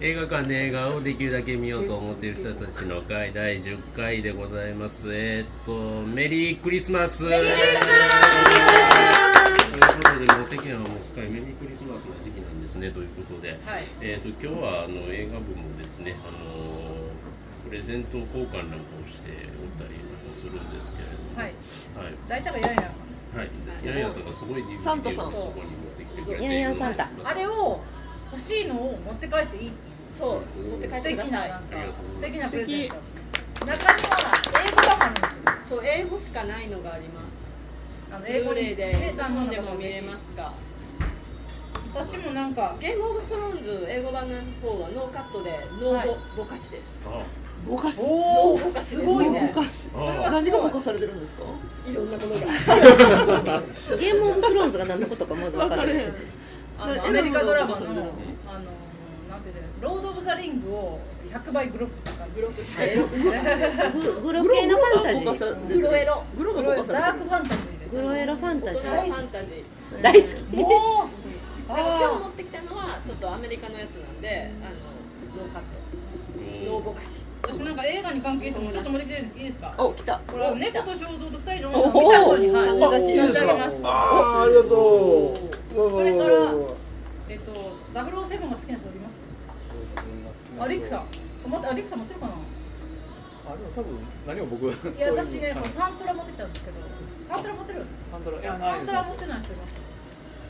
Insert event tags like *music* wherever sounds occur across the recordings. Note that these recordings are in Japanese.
映画館で映画をできるだけ見ようと思っている人たちの会第10回でございますえーっとメリークリスマスメリークリスマスということでもう世間はもうすっかりメリークリスマスの時期なんですねということで、えーっと今日はあの映画部もですねあのプレゼント交換なんかをしておったりなんかするんですけれどもはいはい大体がヤンヤンはい、ヤンヤンさんがすごい DVD サンタさんをそこに持ってきてくれてヤンヤンサンタあれを欲しいのを持って帰っていいそう持って帰素って敵くだなさいなんか素敵なプレゼント中には英語とかもあるんですよそう英語しかないのがありますあの英英語語例にでね日あの本でも見れますが私もなんかゲームオブスローンズ英語版の方はノーカットでノーはいボぼかしですあぼかしおーおすごいねぼかしああ何がぼかされてるんですかいろんなものがゲームオブスローンズが何のことかまず分分かかれるへんあのアメリカドラマのあのなんていうんだろうロード・オブ・ザ・リングを100倍グロックした感ブじロックしてエロググロ系のファンタジグロがぼかさーれてるグロエログロダがぼかさーれクフてるァンタジーですグロエロファンタ大ジ人のーファンタジー大好きもうでも今日持ってきたのはちょっとアメリカのやつなんであのノーカットノーぼかし私なんか映画に関係してもちょっと持ってきてるんですいいですかお来たこれは猫と肖像と二人の女を見た人にはいおーいいいですすかかああ、ありがとう。それからえっと007が好きな人おりますアレクサ待ってアレクサ持ってるかなあでも多分何も僕いや私ねこのサントラ持ってきたんですけどサントラ持ってるサントラいやないサでンすトラ持ってない人います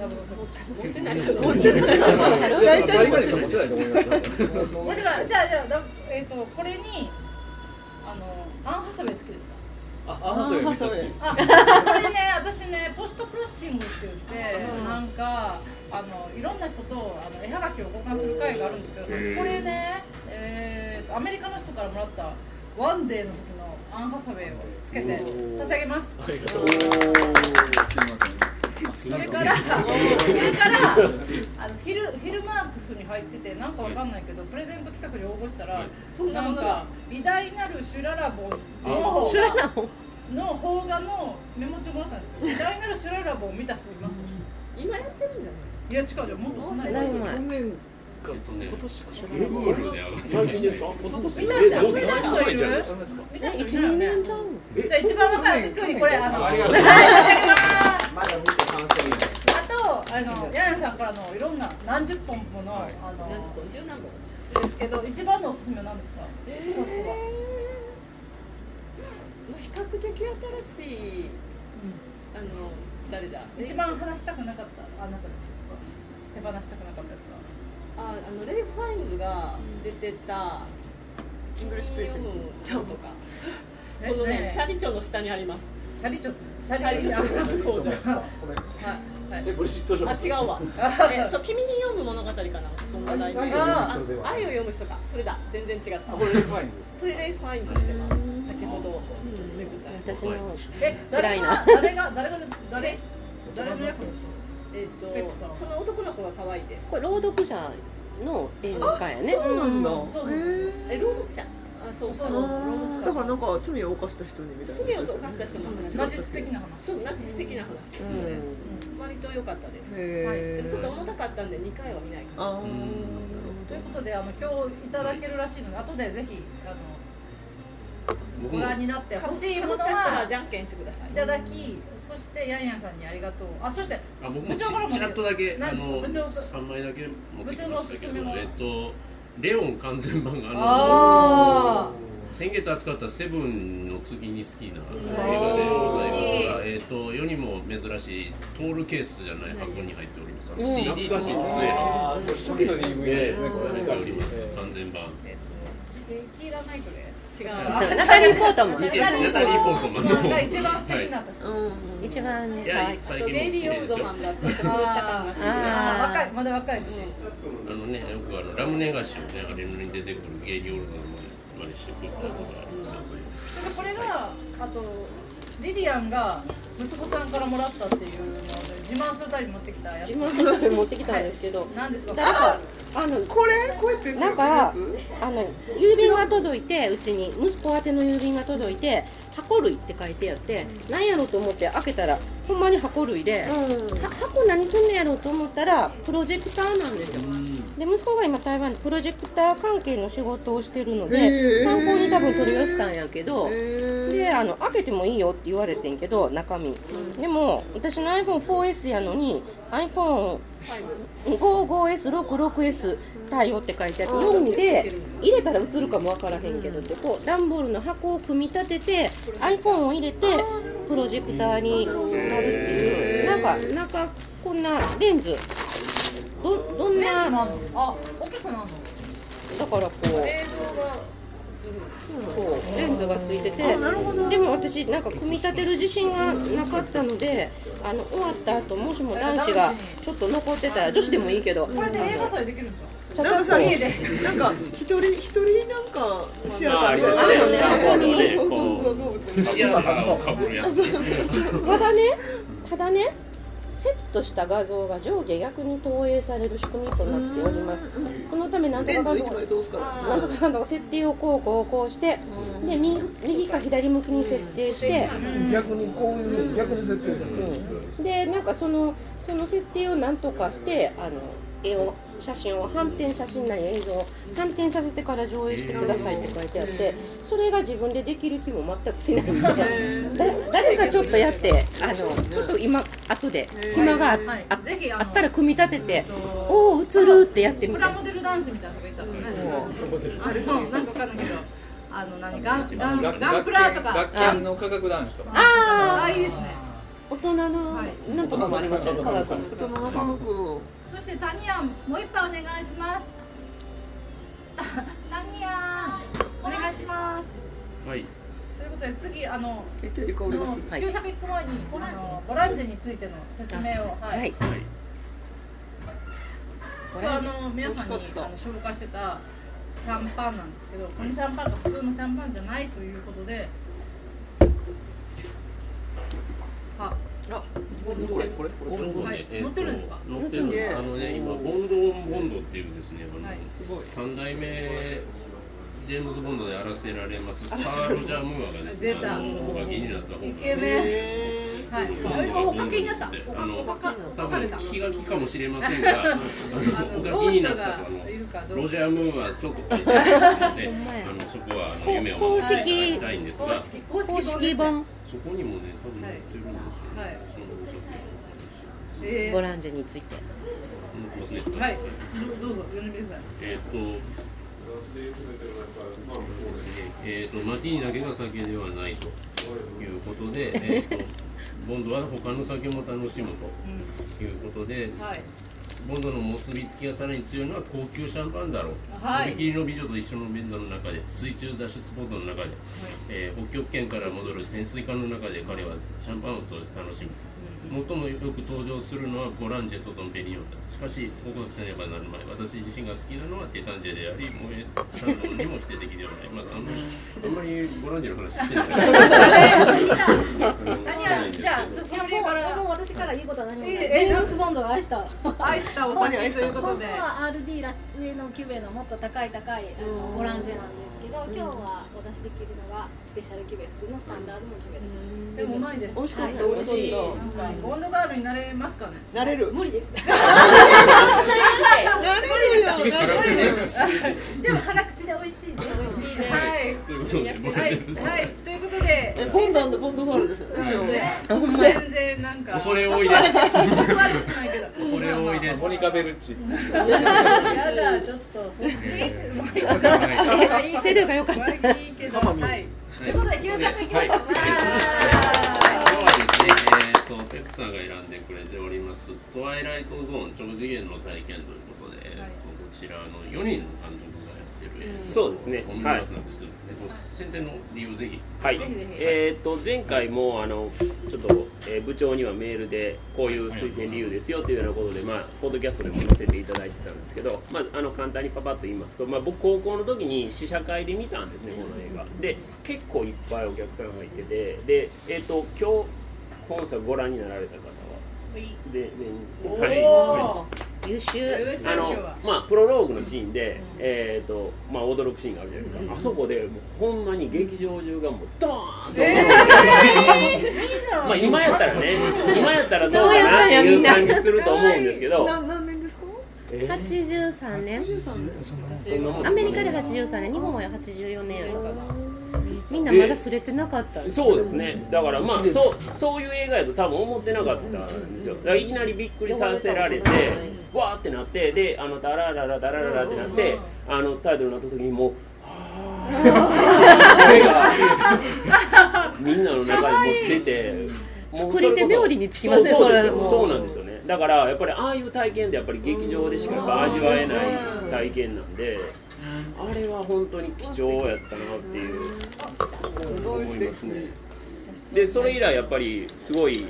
持ってないけど持ってない大体ぐらいしか持ってないと思いますもちろんじゃあじゃあだえっ、とこれにあのアンハサウェイ好きですかあアンハサウェイめっちゃ好きですあこれね私ねポストプロッシングって言ってなんかあのいろんな人とあの絵はがきを交換する会があるんですけどへーこれね、えー、アメリカの人からもらったワンデーの時のアンハサウェイをつけて差し上げますありがとうございますすみませんそれからそれからあのヒルヒルマークスに入っててなんかわかんないけどプレゼント企画に応募したらなんか偉大なるシュララボンのシュラランの邦画のメモ帳もらったんですけど「大なるシュララボ」を見た人います今やってるんだよいや違うじゃんもっと離れだいぶて去前年えっとねか今年か Google で上がって最る近ですか一昨年見たです人見た人いるありますか見たえ人い一るよ二ね年ちゃうのじゃあ一番若い時にこれあのあ *laughs* ありりががととううございますまだ見て感想いいです。あとあのヤンヤンさんからのいろんな何十本ものはいあ何の本十何本ですけど一番のおすすめは何ですかソフトはまあ比較的新しい、あの誰だ一番話したくなかったあなんか手放したくなかったやつはああのレイ・ファインズが出てた「イングリッシュ・ペーシェント」ち *laughs* ゃうのかそのねねチャリチョの下にありますチャリチョチチャャリリチョ講座はいはいえブリシットショあー違 *laughs* うわえそう君に読む物語かなそんな題名ああ愛を読む人かそれだ全然違ったあこれレイファインズですそれレイ・ファインズ出てます先ほど私のえ暗誰いがな誰が誰が誰誰の役の人えっとスペクターその男の子が可愛いですこれ朗読者の映画館やねそうなんだうんそうそうへーえ朗読者あそうそそううそうあーだからなんか罪を犯した人にみたいな罪を犯した人の話ナチス的な話そうナチス的な話ですので、割と良かったですでへもえちょっと重たかったんで2回は見ないかあうんということであの今日いただけるらしいので後でぜひあの僕ごも覧になってら欲しいものかぶった人ははじゃんけんしてくださいいただきそしてヤンヤンさんにありがとうあそしてあ僕部も長からもちらっとだけなあんの部長が三枚だけ持ってきましたけ部長のおすすめどはえっとレオン完全版がああの先月扱ったセブンの次に好きな映画でございますがえっと世にも珍しいトールケースじゃない箱に入っておりますあの CD に懐かしいですねあー初期の DVD ですねこれ入っております完全版ーえっとキーラ・ナイトレ違うナタリー・ポートマンナタリー・ポートマンのが一番素敵なはとこうんン一番いい可愛やい最と近もデイ綺リー・オー麗ですルドよマンがちょっと狂った感がするあー若いまだ若いしあのね、よくあのラムネ菓子をね、あれに出てくるゲイリオルガンまでしてくることがありますよね。それでこれがあとリディアンが息子さんからもらったっていうので自慢するたびに持ってきたやつ自分の持ってきたんですけどなんですか誰かあのこれこうやってなんかあの郵便が届いてうちに息子宛ての郵便が届いて箱類って書いてあってなんやろうと思って開けたらほんまに箱類で、は箱何すんのやろうと思ったらプロジェクターなんですよで息子が今台湾でプロジェクター関係の仕事をしてるのへでえ参考に多分取り寄せたんやけどでであの開けてもいいよって言われてんけど中身でも私の iPhone4S やのに iPhone556S 対応って書いてあって4で入れたら映るかもわからへんけどってこう段ボールの箱を組み立てて iPhone を入れてプロジェクターになるっていうなんかなんかこんなレンズどどんあなのあ大きくなるのだからこう映像がそうレンズがついててなるほどでも私なんか組み立てる自信がなかったのであの終わった後もしも男子がちょっと残ってたら女子でもいいけどこれで映画祭できるんじゃんちゃなんちゃかっさと家でなんか一人一人なんかシアターみたいなまああるよねあるよねあるよねそうそうそうそうシアターをかぶるやつただねただねセットした画像が上下逆に投影される仕組みとなっておりますそのためなんとレかンかんとズ一か枚通すかならんとかかんとか設定をこうこうこうしてで右右か左向きに設定して逆にこういう逆に設定するでなんかそのその設定をなんとかしてあの絵を写真を反転写真なり映像を反転させてから上映してくださいって書いてあってそれが自分でできる気も全くしないんでだ誰かちょっとやってあのちょっと今後で暇があはいあぜひああのったら組み立ててえっとおお映るってやってみプたラいモデル男子みたいなのがいたのねあれそうなんかわかんないけどあの何ガンガン楽ガンプラとか楽あ器の科学男子とか。あーいいですね大人のはいなんとかもありますよね科学の大人の科学をそしてタニアンもう一杯お願いしますタタニアンお願いしますはいということで次あのめっちゃいい香りがするはい旧作行く前にあのボランジェについての説明をははいいはいボラあンジの皆さんに美味しあかったの紹介してたシャンパンなんですけどこのシャンパンが普通のシャンパンじゃないということでああこれこれこれ。ということはでいえーと乗ってるんですか乗ってるんです乗ってるあのね今ボンドオンボンドっていうですねはいあの三代目ジェームズボンドであらせられますサーロジャームーアがですね出たあのお書きになった本イがケメンはい、今おかけになった。おあのか、お多かかれ分た。あ聞き書きかもしれません *laughs* が、あのおの、書ゴきにースなトったがとあのいるかどロうジか。ャームーンはちょっと書いてありますので、あのそこはあの夢を守っていただきたいんです公が、式、公式公式本そこにもね多分載ってるんですよ、ねはいはいそのお酒本です。えボランジェについてうんこうですね。ー、はい、どどうぞ、読んでください。えっ、と。えっ、と、マティーニだけが酒ではないということ *laughs* で、えっ、と。ボンドは他の酒も楽しむということで、うん、はい。ボンドの結びつきがさらに強いのは高級シャンパンだろう。はい飛び切りの美女と一緒のベッドの中で、水中脱出ボードの中で、えー北極圏から戻る潜水艦の中で彼はシャンパンを楽しむ。最もよく登場するのはゴランジェとドンペリニョンだ。しかし、ここがせねばなるまい。私自身が好きなのはテタンジェであり、モエシャンドンにも否定的ではない。まだあんまり、あんまりゴランジェの話してない。何や、じゃあ、ちょっとそれもかうもうら、私から言うことは何もない。ジええェームス・ボンドが愛した。アイスターお酒というこ本と当で。は RD ラス上のキューベのもっと高い高いあのオランジェなんですけど、今日はお出しできるのがスペシャルキューベ、普通のスタンダードのキューベです。でも、うまいです。美味しかっはたい美味しいなんか、ボンドガールになれますかね。なれる無理です。なれるよ無理です。でも、辛口で美味しいです。美味しいね。はい。ということで、ボラはンジいェ、はい、ということで、えボンダンとボンドガールですよね今日全然なんか。 *laughs* 恐れ多い *laughs* です。誘われてないけど。恐れ多いです。モニカベルッチっていう。 *laughs* やだ、ちょっと、そっち。制度が良かったた。いいけど。はい。ということで、旧作いきましょう。今日はですね、えー、とペップさんが選んでくれております「トワイライトゾーン超次元の体験」ということで、えー、とこちらの4人の監督がやってる映そうですねオムニバスなんですけど、えっと宣伝の理由をぜひはいぜひぜひ、えー、と前回もあのちょっと、えー部長にはメールでこういう推薦理由ですよというようなことで、まあ、ポッドキャストでも載せていただいてたんですけど、まあ、あの簡単にパパッと言いますと、まあ、僕高校の時に試写会で見たんですねこの映画で結構いっぱいお客さんがいててで、えー、と今日本作ご覧になられた方はで全員はいはい優秀優秀あ今の日は。まあ、プロローグのシーンで、えーとまあ、驚くシーンがあるじゃないですか、あそこでもうほんまに劇場中がもうドーンと驚いて、まあ、今やったらね今やったらそうかなっていう感じすると思うんですけどな何年ですか83年そんなもんアメリカで83年日本は84年やったからみんなまだすれてなかったそうですねだからまあそうそういう映画やと多分思ってなかったんですよだからいきなりびっくりさせられてわーってなってであのダラララダラララってなってあのタイトルになった時に *laughs* もうは *laughs* ーみんなの中に持っててもう作り手そこそ冥利に尽きますねそれはうもうそうなんですよねだからやっぱりああいう体験ってやっぱり劇場でしかやっぱ味わえない体験なんであれは本当に貴重やったなっていう思いますねでそれ以来やっぱりすごい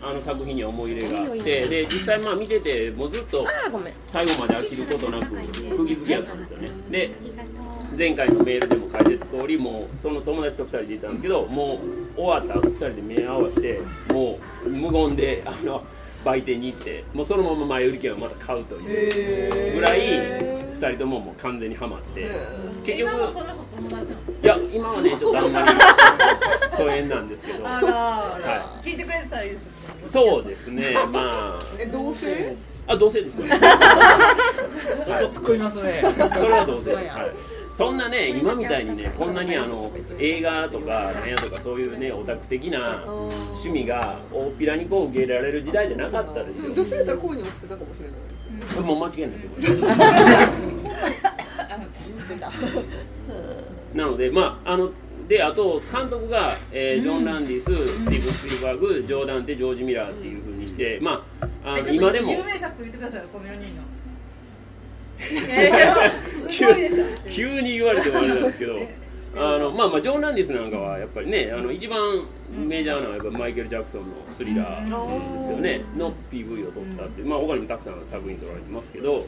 あの作品には思い入れがあってで実際まあ見ててもうずっとあーごめん最後まで飽きることなく釘付けやったんですよねで前回のメールでも書いてた通りもうその友達と2人でいたんですけどもう終わった後2人で目合わせてもう無言であの売店に行ってもうそのまま前売り券をまた買うというぐらい2人とももう完全にはまって結今局もその人友達なのいや今はねちょっとあん *laughs* まり疎遠なんですけどあら、は聞いてくれてたらいいですよそうですねまえ同性ああどうせですよそこ突っ込みますね。それはどうせ、はい、そんなね今みたいにねこんなにあの映画とか何やとかそういうねオタク的な趣味が大っぴらにこう受け入れられる時代じゃなかったででもす女よ性だったら恋に落ちてたかもしれないですよもう間違いないと思いますなのでまああのであと監督が、えージョン・ランディス、スティーブン・スピルバーグジョーダンテジョージ・ミラーっていうふうにして、まああのえちょっと今でも有名作言ってくださいよその4人のいやいやすごいでしょ *laughs* 急に言われてもあれなんですけどあのまあまあジョン・ランディスなんかはやっぱりねあの一番メジャーなのはやっぱマイケル・ジャクソンの「スリラー」ですよねの PV を撮ったってまあ他にもたくさん作品撮られてますけど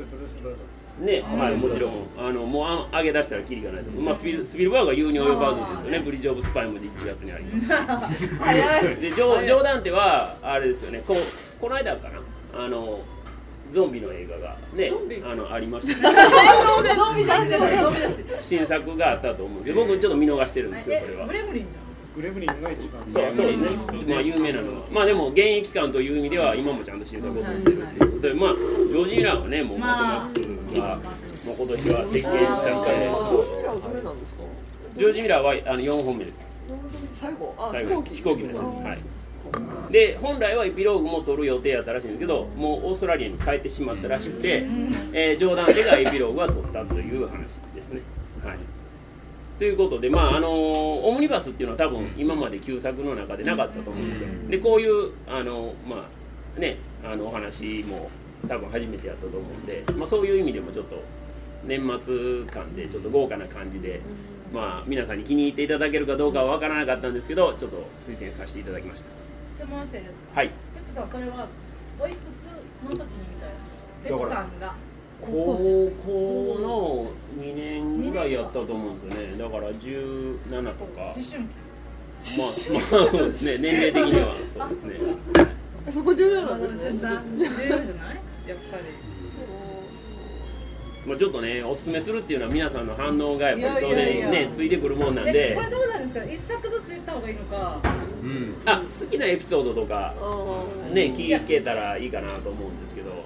ねはいもちろんあのもうあ上げ出したらキリがないと思うまあスピルスピルバーグは言うに及ばずですよね「ブリッジ・オブ・スパイ」も1月にあります早いでジョジョーダンテはあれですよねここの間かなあのゾンビの映画がねあのあり *laughs* ましたねゾンビ出してたゾンビ出してた新作があったと思うんですけど僕ちょっと見逃してるんですよそれえはグ。レムリンじグレムリンが一番そうそうですね、まあ、有名なのは、まあでも現役感という意味では、今もちゃんと新作を持ってるっていうことで、まあ、ジョージ・ミラーはね、もうマットマックスが、もう今年は設計したみたいであすどうらどれなんですかジョージ・ミラーはあの4本目です、最後あ最飛後行に機飛行機のやつです。はいで本来はエピローグも撮る予定やったらしいんですけどもうオーストラリアに帰ってしまったらしくて、えー、冗談でがエピローグは撮ったという話ですね。はい、ということで、まああのオムニバスっていうのは多分今まで旧作の中でなかったと思うんですよ。でこういう、あのまあね、あのお話も多分初めてやったと思うんで、まあ、そういう意味でもちょっと年末感でちょっと豪華な感じで。まあ、皆さんに気に入っていただけるかどうかは分からなかったんですけどちょっと推薦させていただきました質問していいですかはいペプさんそれはおいくつの時に見たやつペプさんが高校の2年ぐらいやったと思うんですよねだから17とかま思春期あまあそうですね年齢的にはそうですねそこ重要そなんうでですすねね重要じゃないやっぱまあちょっとねおすすめするっていうのは皆さんの反応がやっぱり当いや然いやいねやついてくるもんなんりえでこれどうなんですか一作ずつ言った方がいいのかうんあ好きなエピソードとかあーね聞けたらいいかなと思うんですけど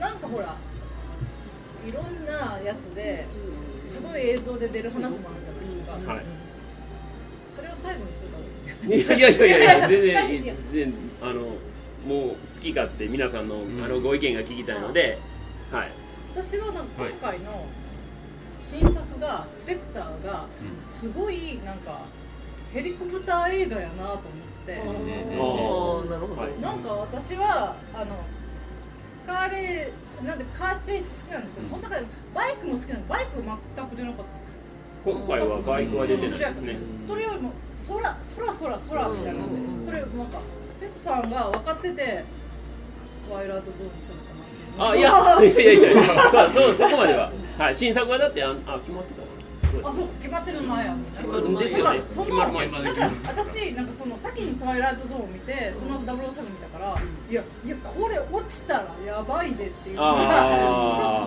なんかほらいろんなやつですごい映像で出る話もあるじゃないですか、はいそれを最後にするだろういやいやいやいや全然いい全然あのもう好き勝手皆さんのあのご意見が聞きたいのではい私はなんかはい今回の新作が「スペクター」がすごいなんかヘリコプター映画やなと思って、あーなるほどはいなんか私はあのカーレーなんでカーチェイス好きなんですけどその中でもバイクも好きなのバイクは全く出なかった今回はバイクは出てないですね。それよりも空空空空みたいなのでそれなんかペプさんが分かっててトワイライトゾーンにするのかな *laughs* っあ、ていや、いやいやいや、そう、そう、そこまでは。はい、新作はだって、あ、あ決まってたあわ。そう決まってる前やみたいなうんですよね。そ決のまる前に。なんか私なんかその先に「トワイライトゾーン」を見てその007見たからいやいやこれ落ちたらやばいでっていうのが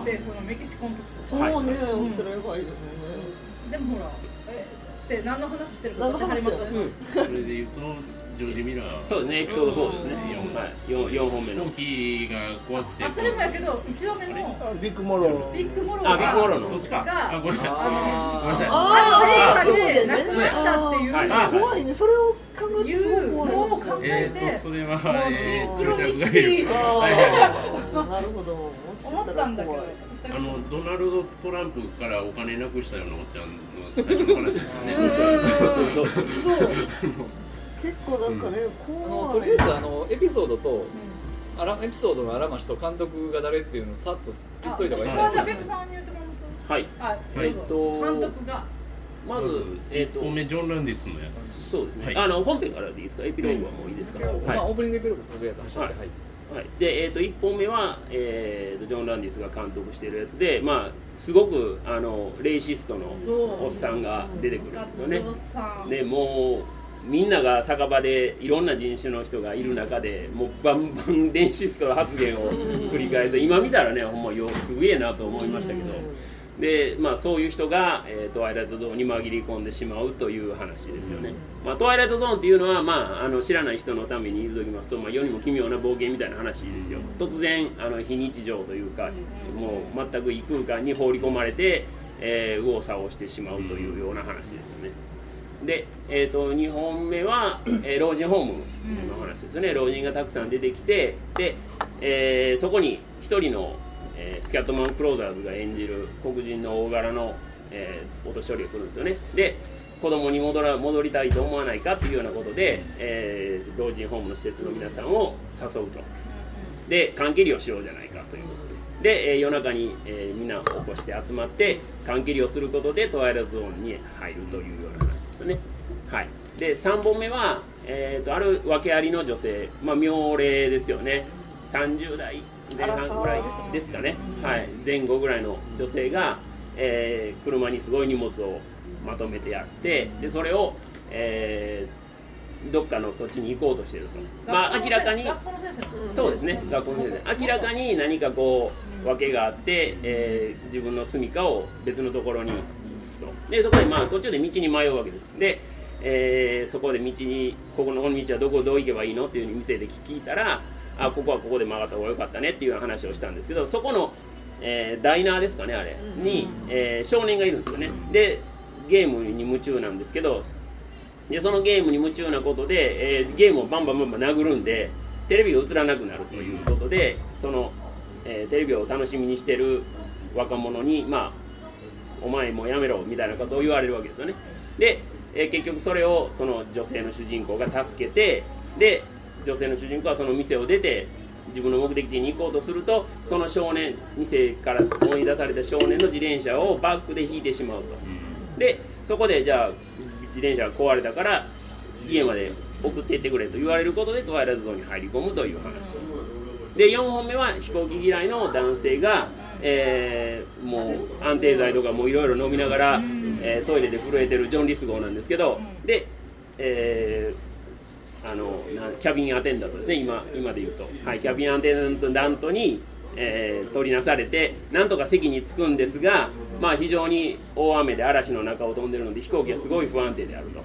あ *laughs* ーすごくてそのメキシコの時そうね面白い方がいいですねでもほらえって何の話してるか何の話わかりますよそれで言うとジョージ・ミラーそうですね、エピソード4ですね。はい、4, 四本目飛の行。機が怖くてあそれもやけど一話目のあビッグモロービッグモロあビッグモローのそっちかがあごめんなさいあーごめんなさいあの映画であ亡くなったっていうはいのを怖いねそれを考えるとすごい怖いのを考ええて、ーとそれはもうえーシンクロニシティはいはいはい *laughs* なるほど思ったんだけど怖い私だけあのドナルド・トランプからお金なくしたようなおっちゃんの最初の話ですよね *laughs* そう結構なんかねあ怖のいとりあえずあのエピソードと、あらエピソードのあらましと監督が誰っていうのをさっと言っといた方がいいあそこはじゃあでペすコさんに言ってもらいますはい、あ、はいどうぞ監督がまず、えっ、 1本と、目ジョン・ランディスのやそうですね、はいあの本編からでいいですか、エピローグはもういいですか。まあはオープニングエピローグとりあえず走ってはいい、はい、で、えっ、と、一本目は、えっ、と、ジョンランディスが監督してるやつで、まあ、すごく、あの、レイシストのそうおっさんが出てくるんですよね。ガツオさんでもうみんなが酒場でいろんな人種の人がいる中でもうバンバンレイシストの発言を繰り返す今見たらねほんまよすげえなと思いましたけどで、まあ、そういう人が、えートワイライトゾーンに紛れ込んでしまうという話ですよね、まあ、トワイライトゾーンっていうのは、まあ、あの知らない人のために言いときますと、まあ、世にも奇妙な冒険みたいな話ですよ突然あの非日常というかもう全く異空間に放り込まれて、えー右往左往してしまうというような話ですよね、で、えー、と2本目は、えー老人ホームの話ですね、老人がたくさん出てきてで、えーそこに1人の、えースキャットマン・クローザーズが演じる黒人の大柄の、えーお年寄りが来るんですよねで子供に戻ら戻りたいと思わないかっていうようなことで、えー老人ホームの施設の皆さんを誘うとで缶蹴りをしようじゃないかということでで、えー夜中に、えーみんなを起こして集まって缶蹴りをすることでトワイライトゾーンに入るというような話ですねはいで3本目は、えー、とある訳ありの女性、まあ、妙齢ですよね30代前半ぐらいですかね、はい、前後ぐらいの女性が、えー車にすごい荷物をまとめてやってでそれを、えーどっかの土地に行こうとしてると、まあ、明らかに学校の先生のそうですね、学校の先生明らかに何かこう訳があって、えー自分の住処を別のところに移すとでそこでまあ途中で道に迷うわけですで、えーそこで道にここのこの道はどこどう行けばいいのっていうふうに店で聞いたらあここはここで曲がった方が良かったねっていうような話をしたんですけどそこの、えーダイナーですかねあれに、えー少年がいるんですよねでゲームに夢中なんですけどでそのゲームに夢中なことで、えーゲームをバンバンバンバン殴るんでテレビが映らなくなるということでその、えーテレビを楽しみにしてる若者にまあお前もうやめろみたいなことを言われるわけですよねで、えー結局それをその女性の主人公が助けてで女性の主人公はその店を出て自分の目的地に行こうとするとその少年店から追い出された少年の自転車をバックで引いてしまうとでそこでじゃあ自転車が壊れたから家まで送っていってくれと言われることでトワイライトゾーンに入り込むという話で4本目は飛行機嫌いの男性が、えーもう安定剤とかもういろいろ飲みながら、えートイレで震えてるジョン・リス号なんですけどで、えーあのなキャビンアテンダントですね今今で言うと、はい、キャビンアテンダントに、えー取りなされてなんとか席に着くんですが、まあ、非常に大雨で嵐の中を飛んでるので飛行機はすごい不安定であると。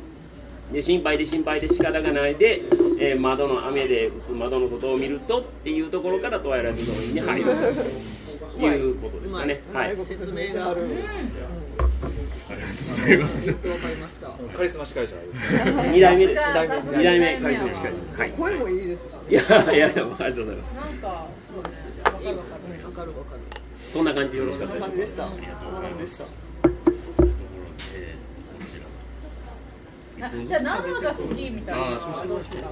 で心配で心配で仕方がないで、えー窓の雨で打つ窓のことを見るとっていうところからトワイライトゾーンに入るということですかね。はい。説明があるありがとうございますカリスマ司会者ですね二代目です。さすがさすが二代目二代目開始です。はい。声もいいですしいやいやありがとうございます。なんかそうですねわかるわかるそんな感じでよろしかったでしょう感かじで。したそうなんでしたえなじゃあ何話が好きみたいなのはどうですか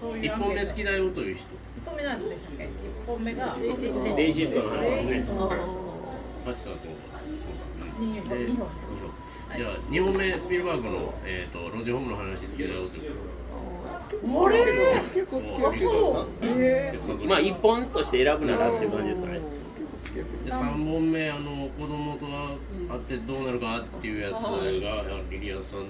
そうーい一うアンケ本ート目好きだよという人一本目なんでしたっけ一本目がレイシストの話レイでシすスね。トマチさんとそうさん二本で二本二本じゃあ二本目スピルバーグのえっとロジホームの話好きだよというあれ結構好きやけどまあ一本として選ぶならっていう感じですかね。で3本目あの子供と会ってどうなるかっていうやつがリリアさんと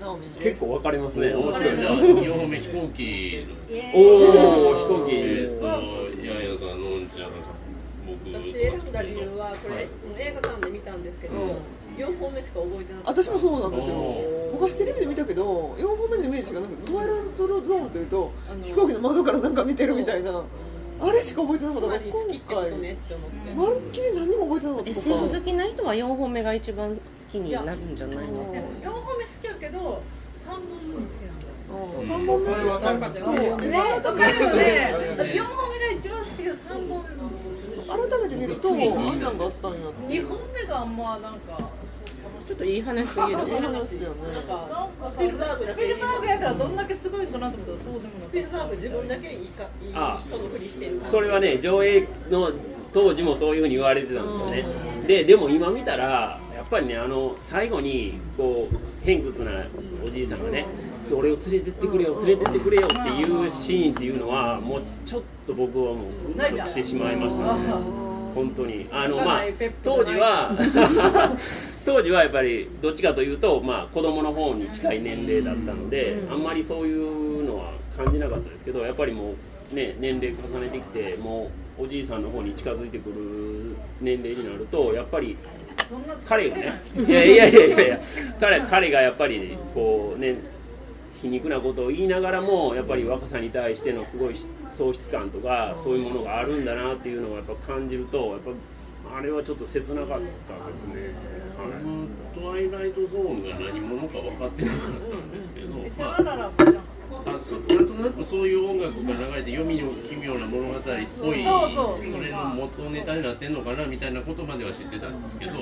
ナオミです結構分かれますね。面白いじゃなあ。4本目飛行機のイエおーイお飛行えっ機。とヤンヤンさんのんちゃん僕私選んだ理由はこれ映画館で見たんですけど、四本目しか覚えてなかった。私もそうなんですよお他昔テレビで見たけど4本目のイメージがなんかトワイライトゾーンというと飛行機の窓からなんか見てるみたいなあれしか覚えてなかつったかまらり好きっ今てことねっ回て思って。まるっきり何にも覚えてなかった SF 好きな人は4本目が一番好きになるんじゃないのでも4本目好きやけど3本目も好きなんだようんそうそうそれはなんかそうねね、わかるよね。四本目が一番好きです。三本目も改めて見るとあんなんがあったんやって二本目があんまなんかそうかもしちょっといい話すぎるいい話ですよねれない。なんかスピルバーグスピルバーグやからどんだけすごいんかなと思ったらそうでもなスくピルバーグ自分だけいいかいい人のふりしてるからそれはね上映の当時もそういうふうに言われてたんですよね、ででも今見たらやっぱりねあの最後にこう偏屈なおじいさんがね「俺を連れてってくれよ連れてってくれよ」っていうシーンっていうのはもうちょっと僕はもうグッと来てしまいましたね本当にあのまあ当時は当時はやっぱりどっちかというと、まあ、子供の方に近い年齢だったので、あんまりそういうのは感じなかったですけどやっぱりもう、ね、年齢重ねてきてもうおじいさんの方に近づいてくる年齢になるとやっぱりそんな彼がね *laughs* いやいやいやいやいや彼彼がやっぱりこうね皮肉なことを言いながらもやっぱり若さに対してのすごい喪失感とかそういうものがあるんだなっていうのをやっぱ感じるとやっぱあれはちょっと切なかったですね。はいトワイライトゾーンが何者か分かってなかったんですけど、チまャあラララ知らんかっあそなんとなくそういう音楽が流れて読みの奇妙な物語っぽいそうそうれの元ネタになってんのかなみたいなことまでは知ってたんですけど案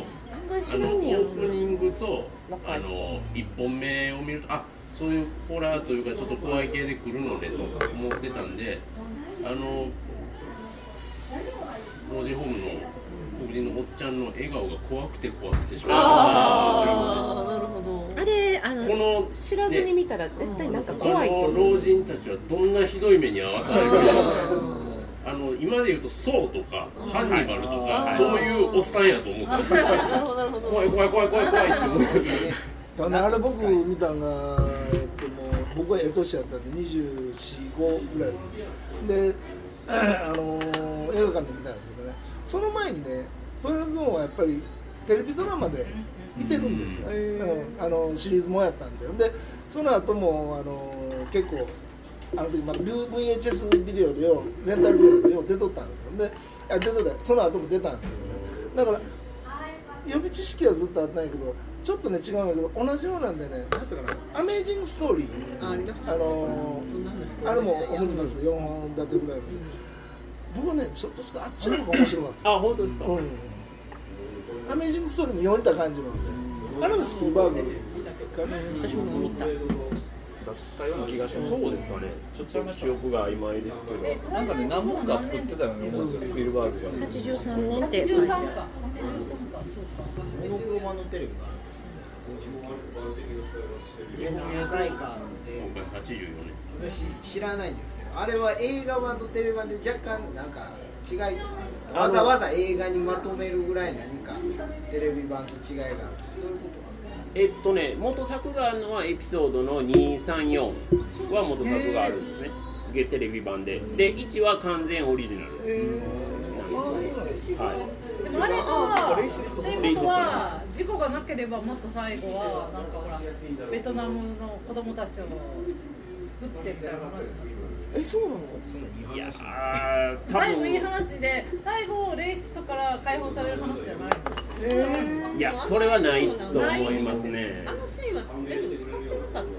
外あ知らのんオねやープニングと若いあの1本目を見るとあそういうホラーというかちょっと怖い系で来るのねと思ってたんであの老人ホームの黒人のおっちゃんの笑顔が怖くて怖くてしょうがなかああなるほあれあったこのの知らずに見たら絶対なんか怖いとあの思老う人たちはどんなひどい目に遭わされるかあの今で言うと「そう」とか「ハンニバル」とかそういうおっさんやと思ったどなるほど怖い怖い怖い怖い怖いって思うだからねあれ僕見たんが、えっと、もう僕はええ年やったんで245ぐらいであのー映画館で見たんですけどねその前にね「トイレゾーン」はやっぱりテレビドラマで見てるんですよ、うんあのシリーズもんやったんだよでその後もあのー結構あの時まだ V- VHS ビデオでよレンタルビデオでよ出とったんですよであ出とったその後も出たんですけどねだから予備知識はずっとあったんやけどちょっとね違うんだけど同じようなんでねなんていうかなアメージングストーリーあありましあたのどんな話ーあれもオムニバス4本立てぐらいの僕はねちょっとしたあっちの方が面白かっあ本当ですかた、うん、アメージングストーリーも読んだ感じなんであれもスピルバーグかね私も見ただったような気がしますそうですかねちょっと記憶が曖昧ですけどなんかね何本か作ってたよね思うんですよスピルバーグが83年ってた。十三か。十三か。長いかで今回84年私知らないんですけどあれは映画版とテレビ版で若干なんか違いとかあるんですかわざわざ映画にまとめるぐらい何かテレビ版と違いがあるそういうことはえっとね元作があるのはエピソードの234は元作があるんですねゲテレビ版でで1は完全オリジナルはいでもあれは、でもは事故がなければもっと最後はなんかほらベトナムの子供たちを救ってみたいな話だった。えそうなのいやー多最後分いい話で最後霊室とから解放される話じゃないいやそれはないと思いますねあのシーンは全部使ってなかったよね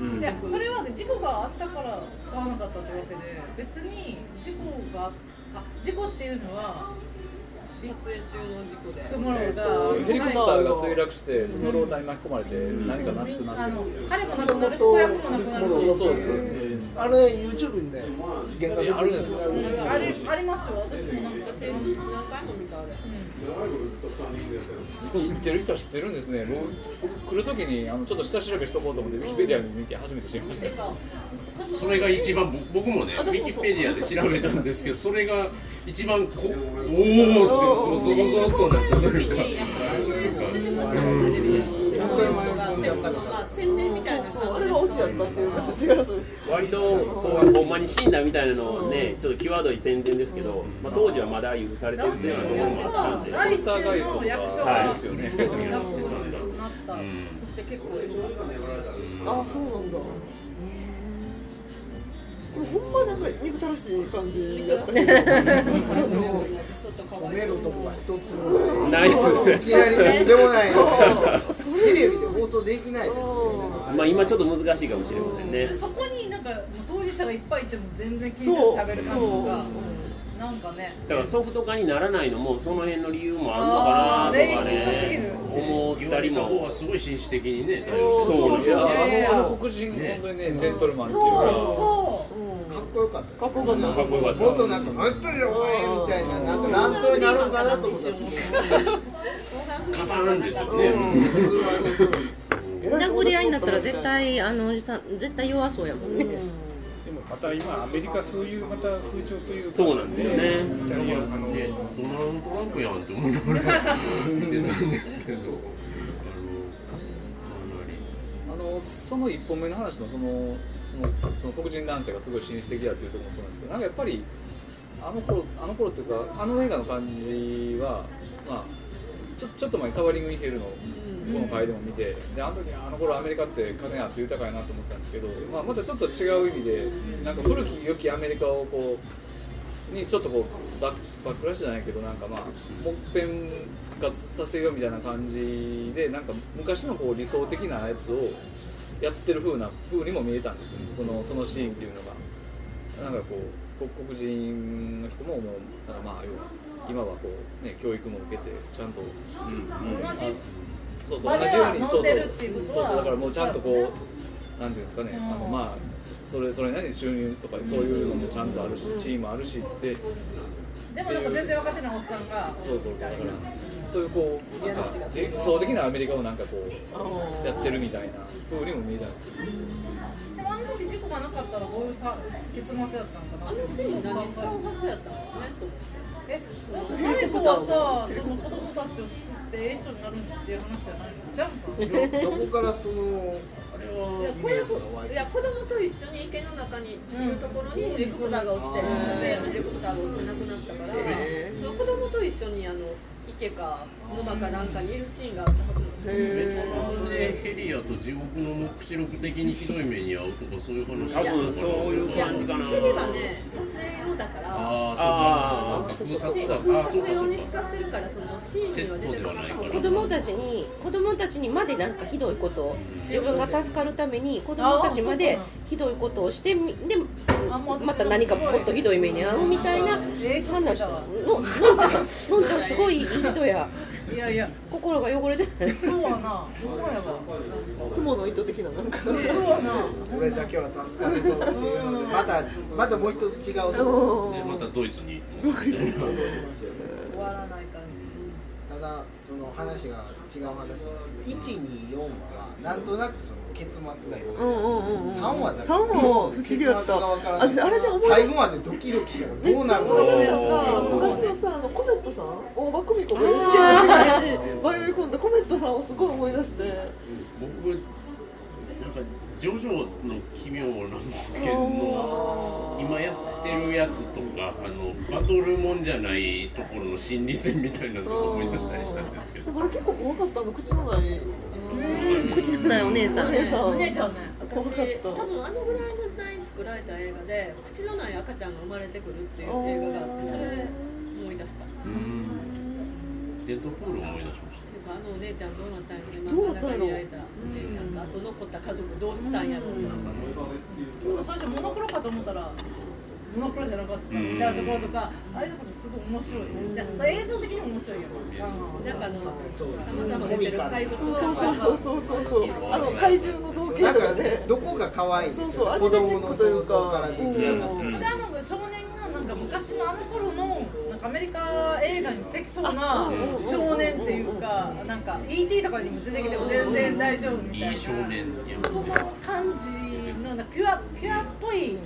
うんいやそれは事故があったから使わなかったってわけで別に事故があ事故っていうのは撮影中の事故でクモロえっがとヘリコプタはーが墜落してそのローターに巻き込まれて何かなくいなあってるんのですよ彼もなくなるし子役もなくなるしそうですよねあれ YouTube にね原画えあるんですかうんあれありますよ私もなんか私何回も見たあれ知ってる人は知ってるんですね。僕来るときにあのちょっと下調べしとこうと思ってウィキペディアに見て初めて知りましたて。かそれが一番僕僕もねウィキペディアで調べたんですけどそれが一番こおおってゾゾゾっとなったというかまあ宣伝みたいなそうあ感れじがオチやったっていう感じがする割とそうほんまに死んだみたいなのをねちょっと際どい宣伝ですけど、まあ、当時はまだ許されてるっていうようなところもあったんで来週の役所あれはですよね。やってたんだなってった、そして結構良かったですああそうなんだでもほんまなんか憎たらしい感じだったけど *laughs* 褒めるとこが一つもない *laughs* いきなりとんでもないそテレビで放送できないですまあ今ちょっと難しいかもしれませんねそこになんか当事者がいっぱいいても全然気にせず喋る感じとかなんかねだからソフト化にならないのもその辺の理由もあんのかなとかね思ったり言われた方もはすごい紳士的にね対応してそうなんですよあのあの黒人、本当にね、ジェントルマンっていうか、かっこよかったかっこよかかっこよかったもっとなんか本当にお前みたいななんか乱闘になろうかなと思ったらカターンですよね殴り合いになったら絶対あのおじさん絶対弱そうやもんね、でもまた今アメリカそういうまた風潮というかそうなんですよねイタリアあのねドナルド・トランプやんって思いながら見てたんですけどあのかなりあのその1本目の話のそのそのその黒人男性がすごい紳士的だというところもそうなんですけどなんかやっぱりあの頃あの頃っていうかあの映画の感じは、まあ、ちょちょっと前にタワリング・イケルのこの回でも見てであの時あの頃アメリカって金あって豊かやなと思ったんですけど、まあ、またちょっと違う意味でなんか古き良きアメリカをこうにちょっとこうバッバックラッシュじゃないけどなんかまあもっぺん復活させようみたいな感じでなんか昔のこう理想的なやつをやってる風な風にも見えたんですよねそのそのシーンっていうのが。なんかこう黒人の人ももうなんかまあ要は今はこうね教育も受けてちゃんと、うん同じあそうそう場同でじよはうに飲んでるっていうことそうそうはそうそうだからもうちゃんとこうなんていうんですかね、あのまあそれそれなりに収入とかそういうのもちゃんとあるし、地位もあるしってでもなんか全然若手のおっさんがそうそうそうだからそういうこうなんか理想的なアメリカをなんかこうやってるみたいな風にも見えたんですけど。でもあの時事故がなかったらどういうさ結末だったんかなあのシーン何使うはずやったのねと思ってえだって最後はさその子供たちを救って英雄になるっていう話じゃないのじゃんかどこから *laughs* そ *laughs* のあれはいや子供いや子供と一緒に池の中にいるところにヘリコプターが落ちて、撮影用のヘリコプターが落ちて亡くなったから、その子供と一緒にあの池か沼かなんかにいるシーンがあったはずなんですよそれでヘリアと地獄の目視録的にひどい目に遭うとかそういう話多分そういういや、感じかなヘリはね、撮影用だから、ああそうかそうか空撮だあ空あそうか撮そ用うにか使ってるから、そのシーンには出てこなかった子供たちに子供たちにまでなんかひどいことを自分が助かるために子供たちまでひどいことをしてみでまた何かもっとひどい目に遭うみたいな話ののんちゃんのんちゃんすごいいい人やいやいや心が汚れてないそうやなそうやわ雲の糸的ななんかそうやな俺だけは助かるぞっていうのでまたまたもう一つ違うとこでまたドイツ *laughs* に終わらない感じただその話が違う話なんですけど124話はなんとなくその結末だようんうんうんうん3話だけ3話は不思議だった結末がわからない私あれで思い出した最後までドキドキしたからどうなるのかめっちゃ思い出した昔のさあのコメットさん大場久美子が NHK にバイオリンコンでコメットさんをすごい思い出して僕なんかジョジョの奇妙な冒険の今やってるやつとかあのバトルもんじゃないところの心理戦みたいなとこ思い出したりしたんですけどでもあれ結構怖かったあの口のない口のないお姉さんお姉さんお姉ちゃんね怖か私った多分あのぐらいの時代に作られた映画で口のない赤ちゃんが生まれてくるっていう映画があってそれ思い出したなんうんデッドプールを思い出しましかあのお姉ちゃんどうなったんやろどうなねったんや真ろん中に開いたお姉ちゃんとあと残った家族どうしたんやろうなんか最初モノクロかと思ったらモノクロじゃなかったみたいなところとかああいうところすごい面白いねじゃあそれ映像的にも面白いよなんかあのさまざま出てる怪物そうそうそうそうそうそうあの怪獣の造形なんとかかねどこが可愛いんですそうそうよアねニ子メ供のチックとい想うか像から出来上がってであの少年がなんか昔のあの頃のなんかアメリカ映画に出てきそうな少年っていうかなんか E.T. とかにも出てきても全然大丈夫みたいたないい少年やその感じのなんかピュアピュアっぽい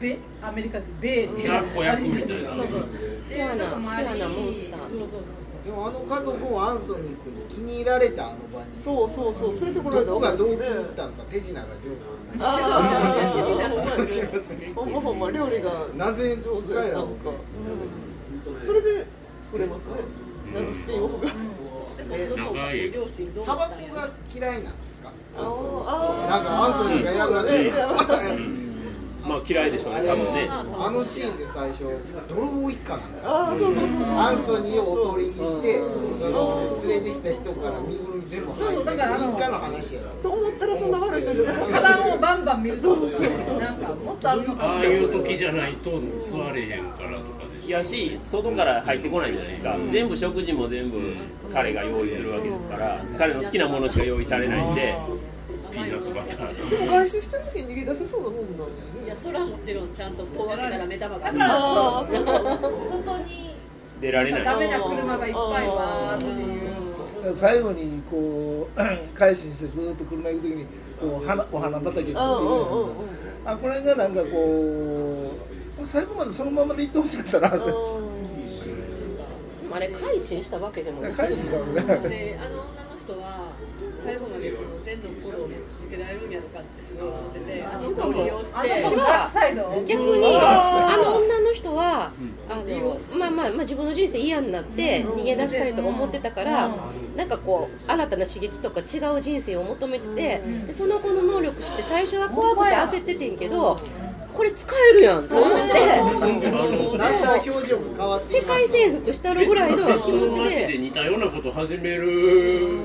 ベアメリカ人ベっていうザ子役みたいなそうそうっていうとこもありピュアなモンスターそうそうそうでもあの家族をアンソニー君に気に入られたあの場にそうそうそう連れてこられどたこがどう気に入っあたのか手品が上手だったかあほんまやもねしれませんほんまほんま料理がなぜ彼らをそれで作れますねなんかスピンオフが長いタバコが嫌いなんですかアンソニーあーなんかアンソニーが嫌くなってるまあ嫌いでしょうね多分ねあのシーンで最初泥棒一家なんだあーそうそうそうそうアンソニーをおとりにしてその連れてきた人から身ぐるみ全部入ってるそうそうだからあの一家の話やろと思ったらそんな悪い人じゃなかっカたバンをバンバン見るぞなんかもっとあるのかあなあいう時じゃないと座れへんからとかでしょやし外から入ってこないじゃないですか全部食事も全部彼が用意するわけですから彼の好きなものしか用意されないんでピーナッツバターでも外出してる時に逃げ出せそうなもんなんだよいやそれはもちろんちゃんとこう開けたら目玉だが出かるらあーそう外に出られないダメな車がいっぱいわーっていう最後にこう改心してずっと車行く時にこう花お花畑って行くじゃないうんうんうんうんですかあこれがなんかこう最後までそのままで行ってほしかったなってでもあれ改心したわけでもなく改心したもんねであの女の人は最後までその全のフォローを続けられるんやろかってすごい思っててあの子を利用して私はダークサイド逆にあの女の人はあの、まあまあまあ、自分の人生嫌になって逃げ出したいとか思ってたから、なんかこう新たな刺激とか違う人生を求めてて、でその子の能力知って最初は怖くて焦っててんけど、これ使えるやんと思って、だんだん表情が変わってき世界征服したるぐらいの別気持ちの街でで。似たようなこと始める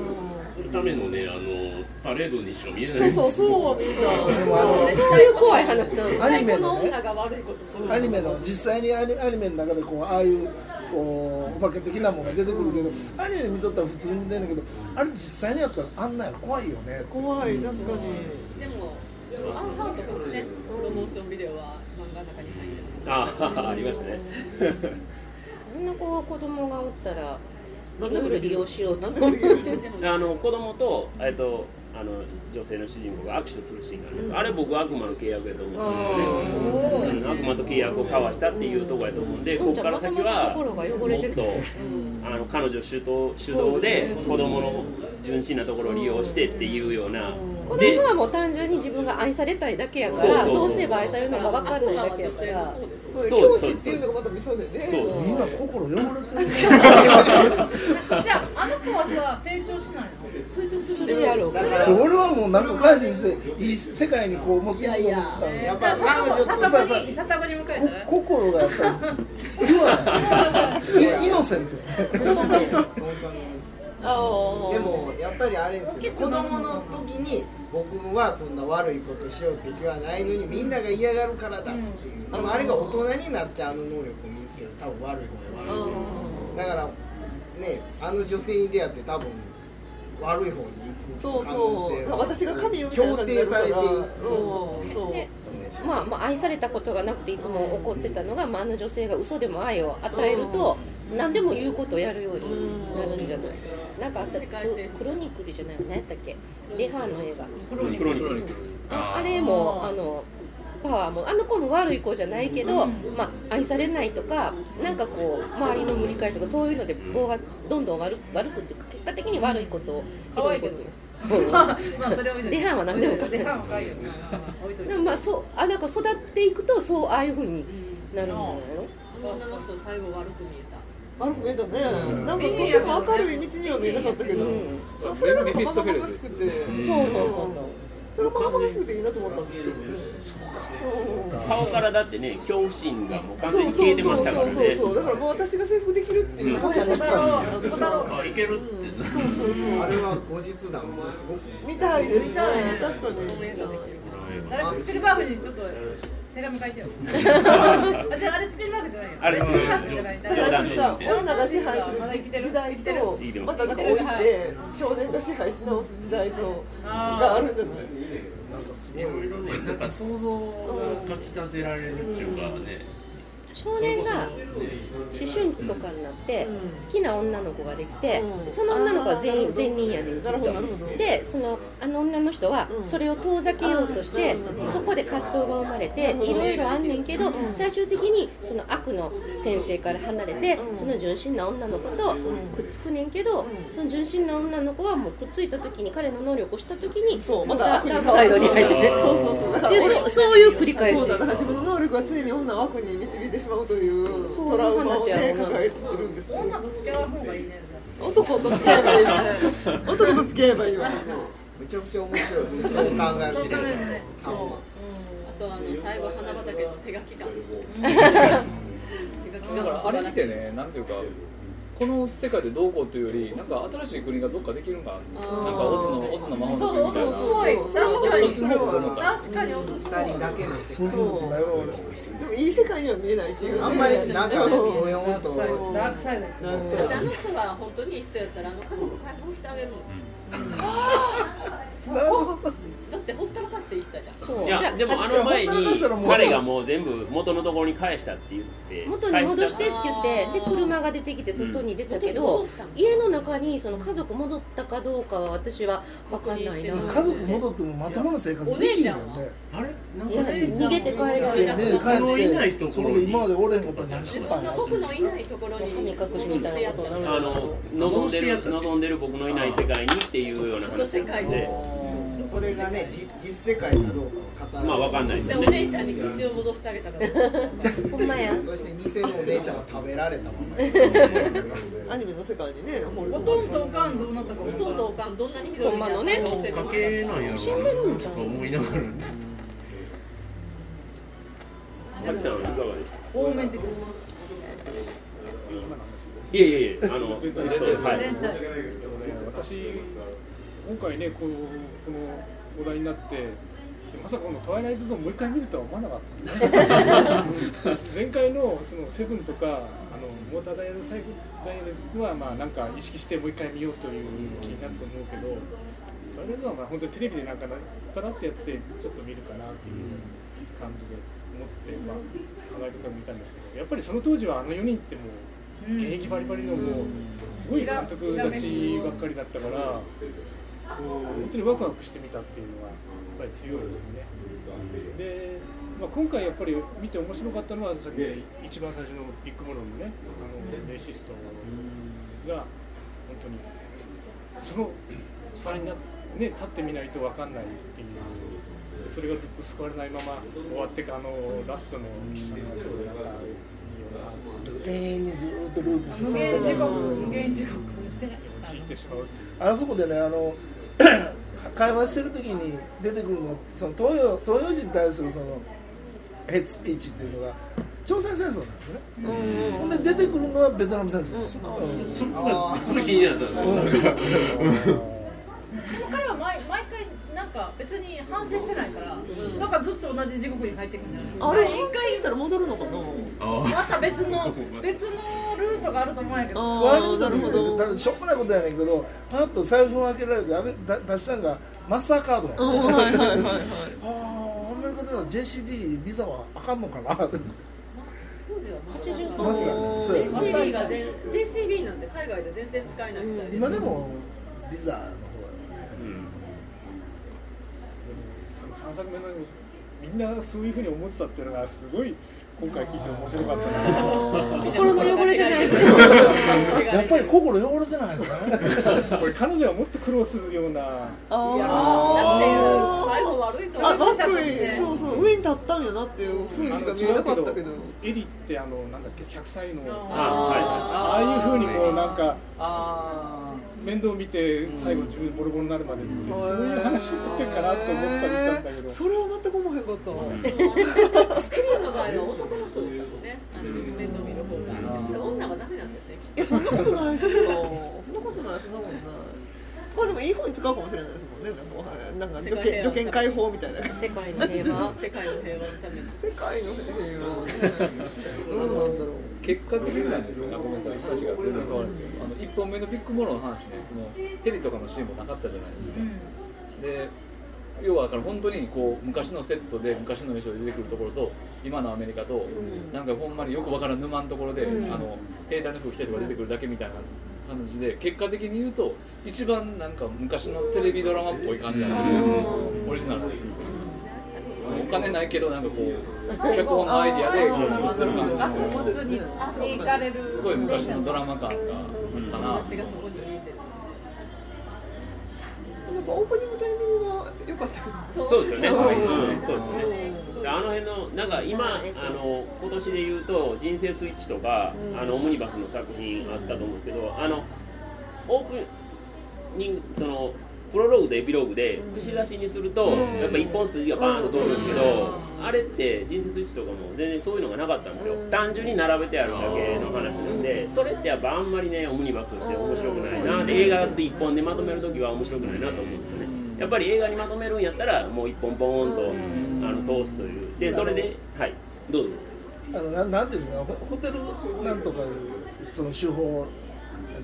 ためのねあのパレードにしか見えないんですよそうでもあのそういう怖い話をアニメこののね女が悪いことするアニメの実際にアニアニメの中でこうああいうこうお化け的なものが出てくるけどアニメで見とったら普通に出るんだけどあれ実際にやったらあんなんや怖いよね怖い確かにでもアンハートとかのねプロモーションビデオは漫画の中に入ってある *laughs* あありましたねあんな子子供がおったらいろいろ利用しようと思ってあの子供とえっとあの女性の主人公が握手するシーンがあるんですけどあれ僕悪魔の契約やと思うんですよねうん悪魔と契約を交わしたっていうところやと思うんでこうこんちゃかんらまと先まったは心が汚れてるもっとあの彼女主導主導で子供の純真なところを利用してっていうような子で供はもう単純に自分が愛されたいだけやからそうそうそうどうすれば愛されるのか分かんないだけやか女性のら方ですそうそう教師っていうのがまた見そうだよねそうみんな心汚れてるねじゃああの子はさ成長しないするやろうから俺はもうなんか改心していい世界にこう持っていくと思ったのにやっのじぱゃあ彼女里と子に里子に向かれたらこ心がやっぱり言わないイイノセントやねそもそもああでもやっぱりあれですよ子供の時に僕はそんな悪いことしようって気はないのにみんなが嫌がるからだっていう、でもあれが大人になってあの能力を身につけたら多分悪い方が悪い、だからねあの女性に出会って多分悪い方に行そくう可能そう性だからは私が神を強制されていくそうそうでまあ、まあ愛されたことがなくていつも怒ってたのが、まあ、あの女性が嘘でも愛を与えると何でも言うことをやるようになるんじゃないですかなんかあった世界征服クロニクルじゃない何やったっけレハーの映画黒に黒にああれもあのパワーもあの子も悪い子じゃないけど、まあ、愛されないとかなんかこう周りの無理解とかそういうので棒がどんどん悪く悪くっていうか結果的に悪いことをひどいことをそう *laughs* まあまあそれを見て出飯は何でも買って出飯は買うようん置いといてでもまあそうあなんか育っていくとそうああいうふうになるんじゃないのあの女の人最後悪く見えた悪く見えたね、なんかとても明るい道には見えなかったけど、あそれがなんかまがましくて、うんそうそうそうそうそれまがましくていいなと思ったんですけどね。顔からだってね恐怖心がもう完全に消えてましたからねそうそうそうそうだからもう私が征服できるっていうことじゃないから、小太郎あいけるってなそうそうあそれは後日談もすごくう見たいですね確かに見たい誰かスピルバーグにちょっと手紙書いてよあじゃああれスピルバーグじゃないよあれスピルバーグじゃないだからやっぱりさ女が支配する時代とまたなんか置いて少年が支配し直す時代とがあるんじゃないいろいろねなんか想像がかきたてられるっていうかね少年が思春期とかになって好きな女の子ができてうんその女の子は全あ員ー全人やねんきっなるほどなるほとどでそのあの女の人はうんそれを遠ざけようとしてあーなるほどそこで葛藤が生まれていろいろあんねんけど最終的にその悪の先生から離れてうんその純真な女の子とくっつくねんけどんその純真な女の子はもうくっついた時に彼の能力を知った時にそうままたたダーク悪に変わサイるドに入ってねそうそうそうだからで俺そうそういう繰り返しそうだだから自分の能力は常に女を悪に導いてしまうというそうトラウマを話やねろうな抱えてるんですよ女と付き合わん方がいいね男と付き合えばいいわ男と付き合えばいいわめちゃくちゃ面白いですねそう考えるとそう考えるとねさんはあとあの最後花畑の手書き感。手書きだから感あれ見てね、なんていうか、この世界でどうこうというより、なんか新しい国がどっかできるんかな、なんかオツのオツの魔法のそう国オみツたっいな、ぽい確かそっにちの方がと思った。確かにオツっぽ二い人だけの世界でもいい世界には見えないっていうねあんまりなんかドヨダーンークとサイドダークサイドですねだってあの人が本当にいい人やったらあの家族解放してあげるもん。 *laughs* だってほったらかしていったじゃん。そういやでもあの前に彼がもう全部元のところに返したって言って元に戻してって言ってであー車が出てきて外に出たけうどん家の中にその家族戻ったかどうかは私は分かんないな家族戻ってもまともな生活できんよねあれなんいやかね逃げて帰られでたねと帰かってそこで今までおれんことに何失自敗分なのし僕のいないところに神隠しみたいなことになあるのかなの望んでる望んでる僕のいない世界にっていうようなその話世な界のでで。それがねじ実世界かどうかを語るまあわかんないそですしてよお姉ちゃんにね口を戻してあげたから。 *laughs* ほんまやそして偽のお姉ちゃんは食べられたまま *laughs* アニメの世界にねもうおとんとおかんどうなったかほ分とんどおかかんどんなにひどいほんまのね教えて家もらった系なんやろ死んでるんじゃんと思いながらねハルさんはいかがでしたんない多め的いやいやいやあの全体はい全体私今回ねこのこのお題になってまさかこの「トワイライトゾーン」もう一回見るとは思わなかった、ね、 *laughs* 前回の「そのセブンとかあの「モーターダイヤルサイダイヤルはまあなんか意識してもう一回見ようという気になると思うけど「トワイライトゾーン」は本当にテレビでなんかなパラってやってちょっと見るかなっていう感じで思ってて、まあ、考えてから見たんですけどやっぱりその当時はあの4人ってもう。現役バリバリのもうすごい監督たちばっかりだったからこう本当にワクワクしてみたっていうのはやっぱり強いですよねで、まあ、今回やっぱり見て面白かったのはさっきね一番最初のビッグボロのねあのレシストが本当にその場になっね、立ってみないと分かんないっていうそれがずっと救われないまま終わってくあのラストの騎士のやつがなんかいいよなって永遠にずーっとループしてさ無限地獄無限地獄陥ってしまうっていうあそこでねあの *coughs* 会話してる時に出てくるのその東洋東洋人に対するそのヘッドスピーチっていうのが朝鮮戦争なんですね、ほんで出てくるのはベトナム戦争です、うんそこがすごい気になったんですよ *laughs* でも彼は毎毎回なんか別に反省してないから、なんかずっと同じ地獄に入ってくんじゃないあれ一回したら戻るのかなまた別の別のルートがあると思うんやけどワイあドー見たなる時ほにだっどてしょうもないことやねんけどパッと財布を開けられてあべだ出したんがマスターカードや、うんあはいはいはいはいあアメリカでは JCB ビザはあかんのかな当時はまだマスターねそうや JCB が全 JCB なんて海外で全然使えないみたいで今でもビザの方やねうんその3作目のみんなそういうふうに思ってたっていうのがすごい今回聞いて面白かったな心の汚れてないやっぱり心汚れてないのね *laughs* 俺彼女はもっと苦労するようなあ最後悪いとー思うあバックそうそう上に立ったんやなっていうふうにしか見えなかったけどエリってあのなんだっけ100歳のあはああいうふうにこうなんかあ面倒見て最後自分ボロボロになるまでってそういう話になってるかなと思ったりしたんだけどそれは全く思わへんかったわエリーの場合は男の人ですよね、あの面倒見る方が。これ女はダメなんですよ。えそんなことないっすよそんなことないそんなことないまあでもいい方に使うかもしれないですもんねなんかなんか助権助権解放みたいな世界の平和世界の平和のために。世界の平和ねどうなんだろう結果的になんですよね、ごめんなさい、話が全然変わるんですけど、あの1本目のビッグモロの話ね、そのヘリとかのシーンもなかったじゃないですか。で要はだから本当にこう昔のセットで昔の衣装で出てくるところと今のアメリカと、なんかほんまによくわからん沼のところで、あの兵隊の服着た人が出てくるだけみたいな感じで結果的に言うと一番なんか昔のテレビドラマっぽい感じなんですよ、オリジナルですよお金ないけどなんかこう脚本のアイディアでこう作ってる感じガス室に行かれるすごい昔のドラマ感があったな、私がそこに見えてる。なんかオープニングとエンディングが良かったけどそうですよね。んうん、そうですよね。あの辺のなんか今あの今年で言うと人生スイッチとか、あのオムニバスの作品あったと思うんですけど、あのオープニングそのプロローグとエピローグで串出しにすると、やっぱ一本筋がバーンと通るんですけど、あれって人生スイッチとかも全然そういうのがなかったんですよ。単純に並べてあるだけの話なんで、それってやっぱあんまりねオムニバスとして面白くないなって。映画って一本でまとめるときは面白くないなと思うんですよね。やっぱり映画にまとめるんやったらもう一本ボーンとあの通すというでそれではいどうぞあのななんていうんですかホホテルなんとかいうその手法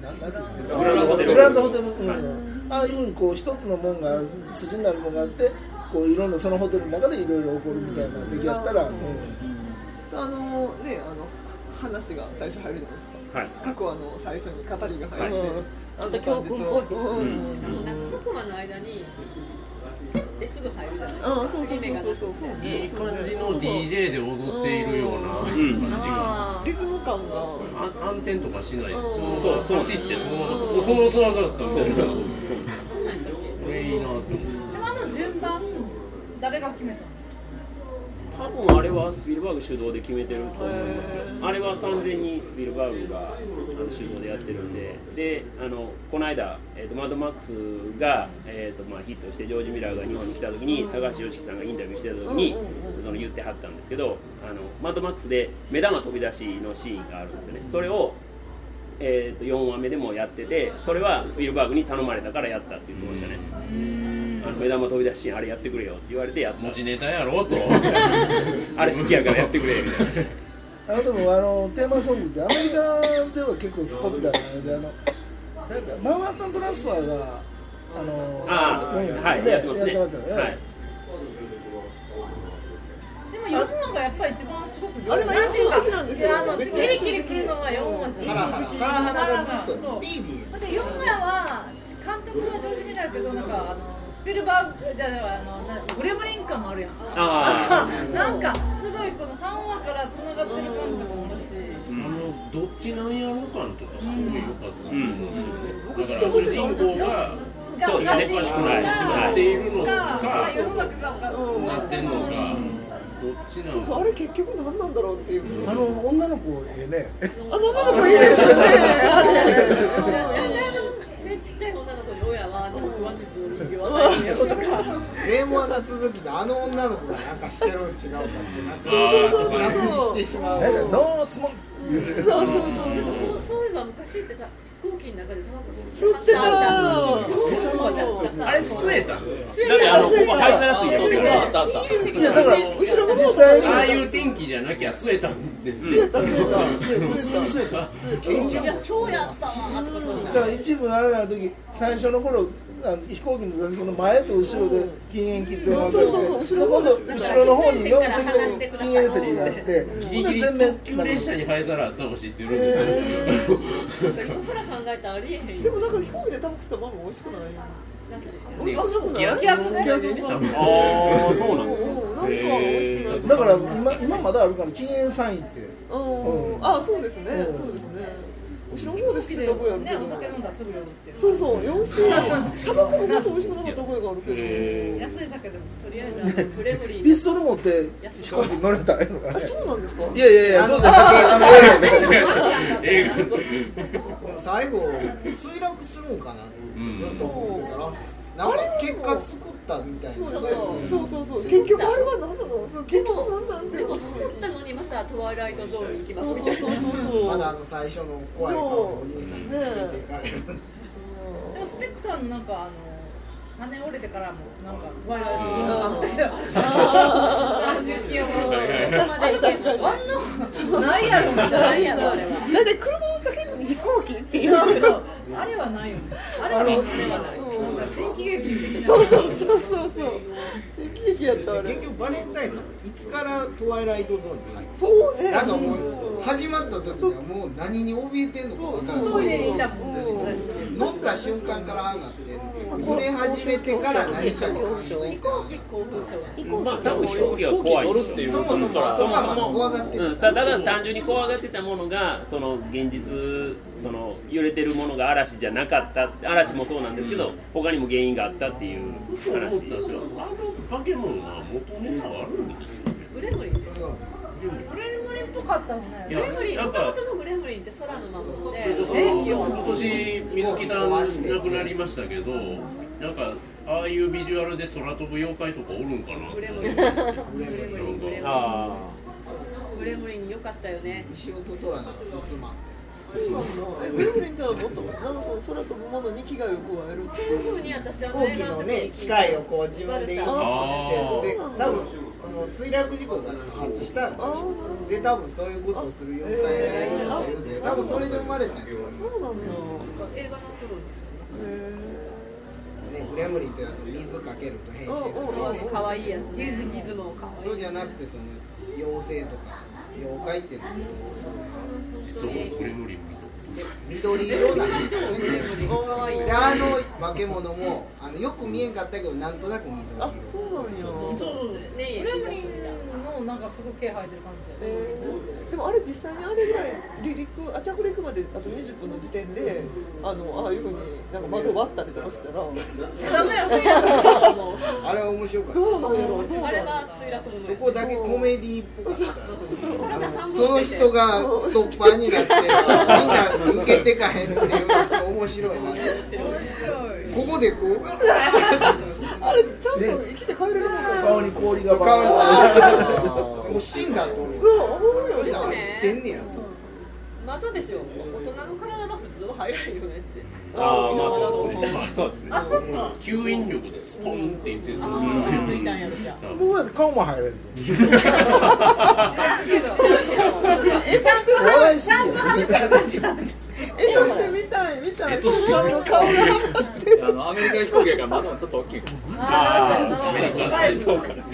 ななんていうのグランドホテルグランドホテル、うんはいああいうふうにこう一つの門が筋になるものがあってこういろんなそのホテルの中でいろいろ起こるみたいな出来やったら、うん *laughs* あのねあの話が最初入るじゃないですか、はい過去あの最初に語りが入って、はいちょっと教訓っぽいうんしかもなんか黒馬の間にピュッてすぐ入るじゃないですあかあそうそうそうそうそうそういい感じの DJ で踊っているような感じが。リズム感があ暗転とかしないです。そそうそう走ってそのままそそのままそのままだったみたいな。これいいなって思って。でもあの順番誰が決めたの多分あれはスピルバーグ主導で決めてると思いますよあれは完全にスピルバーグがあの主導でやってるんでであのこの間、えー、とマッドマックスが、えーとまあ、ヒットしてジョージ・ミラーが日本に来た時に高橋良樹さんがインタビューしてた時にその言ってはったんですけどあのマッドマックスで目玉飛び出しのシーンがあるんですよねそれをえー、と4話目でもやっててそれはスピルバーグに頼まれたからやったって言ってましたねあの目玉飛び出しシーンあれやってくれよって言われてやった持ちネタやろと。 *laughs* あれ好きやからやってくれみたいなあのでもあのテーマソングってアメリカでは結構ポピュラーなのであのなんかマンハッタントランスファーがあのあーうんはいねやってますねやってましたよねはいでも4のがやっぱり一番すごくあれは印象的なんですよあのキリキリくるのは4文字ハラハラハラハラがずっとスピーディーだって4話は監督はジョージ・ミラーけどなんかあのスピルバーグじゃないわあのなんかグレムリン感もあるやんあなんかすごいこの3話からつながってる感じとかもあるしあのどっちなんやろ感とかすごい良かったと思うんですよね。だから僕主人公ががそうおでかすしいねおかのしくかなってしまっているのがか世の中がおかなってんのかどっちなそうそうあの。れ結局何なんだろうっていう、あの女の子ええねあの女の子いいですよねあれだんだんあのねちっちゃい女の子に親はなんか不安ですの人形はないんだよとか前話が続きであの女の子がなんかしてるん違うかってあーなって雑にしてしまうなんかノースモそうそうそうでもそうそういえば昔ってさ飛行機の中でタバコ吸って吸ってたすごい思い出したあれ吸えたんですよ。だってあのここ灰皿ついてますよねあったあったいやだから後ろの方実際にああいう天気じゃなきゃ吸えたんですよ。普通に吸えたいやそうやったわとか思ってだから一部あれな時最初の頃あの飛行機の座席の前と後ろで禁煙喫煙があってそうそうで今度後ろの方に4席で禁煙席があってギほリギんでリ全面特急列車に灰皿あったほしいって言うんですよ。僕ら考えたらありえへんでよもなんか飛行機でタバコ吸ったまま美味しくないだし美味しくない気圧の問題でね。多分ああーそうなんですうかんなんか美味しくないだから今今まだあるから禁煙サインってうんあそうですねそうですね後ろの方で吸ってた覚えあるけねどお酒飲んだらすぐ酔うっていうそうそう4種類タバコももっと美味しくなかった覚えがあるけ安い酒でもとりあえずあのブレブリピーストル持って飛行機乗れたらいいのかねどそうなんですかいやいやいやそうじゃなくてあの映画で最後墜落するんかなってずっと思ってたら、なんか結果作ったみたいなそうそうそうそう結局あれは何なのそうで結局も何なんだでよも作ったのにまたトワイライトゾーンに行きまそすうみそたういそなうそうまだあの最初の怖い顔のお兄さんについていかれるでもスペクターのなんかあの羽折れてからもなんか我々のゾーンがあったけど30キロも確かに確かにあんなないやろみたいなあれはだって車をかけるのに飛行機っていうそうそうあれはないよねあれはないなんか新喜劇みたいなそうそうそうそうそう新喜劇やったあでれ結局バレンタインさんっていつからトワイライトゾーンに入ってそうねなんかもう始まった時にはもう何に怯えてんのか分からなそうトイいレにいたもん私も乗ったた瞬間からああなってこれ始めてから何かの感想飛行機興奮 *laughs* 症まあ多分飛行機は怖いですよそもそもからそもそそもそもも怖がってたうん、ただただ単純に怖がってたものがその現実その揺れてるものが嵐じゃなかった嵐もそうなんですけど、他にも原因があったっていう話ですよあの化け物は元ネタがあるんですよね。グレムリンですグレムリンっぽかったもんねいグやレムリンなもんともかともグレムリンって空の魔法でそうそうえ今年水木さん亡くなりましたけどなんかああいうビジュアルで空飛ぶ妖怪とかおるんかなって思いましたけどグレムリングレムリンあグレムリン良かったよね仕事とらなくすまんえグレムリンではもっとなんかその空飛ぶものに危害を加えるってそういういふううに私は飛行機のね機械をこう自分でいじってそれで多分その墜落事故が発生したんでしょで多分そういうことをする妖怪がいるんだよぜ多分それで生まれたんよそうなんだ映画のプロですよねグレムリンってあの水かけると変身するよそうねね可愛いやつねギズモ可そ愛ういじゃなくてその妖精とか妖怪っていうのはそうそうグレムリン見た緑色なんですよねグレムリン可愛いであの化け物もあのよく見えんかったけどなんとなく緑色あそうなんやねグレムリンのなんかすごい気配出る感じだよねえーでもあれ実際にあれぐらい離陸あ着陸まであと20分の時点であのああいうふうになんか窓割ったりとかしたらどダメやそういうのあれは面白かったうなんやろうそうあなんれやろは墜落のそこだけコメディーっぽかったこれが半分その人がストッパーになってみんな抜けてかへんっていうのが面白いなここでこううわっあれちゃんと生きて帰れるもの顔に氷が顔バーもう死んだと思うそう思うよそねしたら生きてんねや窓でしょ大人の体は普通は入らんよねってあああまあそうですねまあそうですねあそっか吸引力でスポンっていってるああいたんやろじゃン僕は顔も入れるえちゃんと笑いすぎや絵として見たい見たい絵としてそんなの顔があのアメリカ飛行機やから窓もちょっと大きいああなるほどなるほそうどかな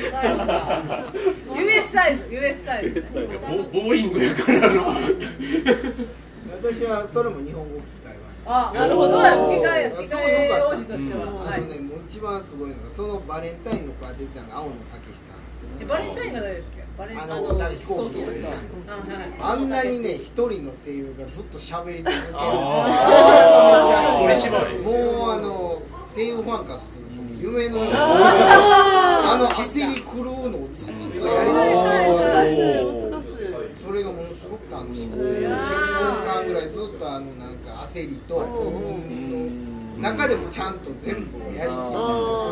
US サイズ US サイズですねボボーイングやからの私はそれも日本語吹き替えはあなるほど吹き替え吹き替えそう王子としては、はあいのねもう一番すごいのがそのバレンタインの子が出てたのが青野武さえバレンタインが誰でしたっけバレンタイんンあの飛行機の出てたのあはあいんなにね、一人の声優がずっと喋り続ける。あー一人芝居もうあの声優ファンからすると夢のようなあの焦り狂うのをずっとやり続けて難しいそれがものすごく楽しくて10分間ぐらいずっとあのなんか焦りと中でもちゃんと全部やりきってそれ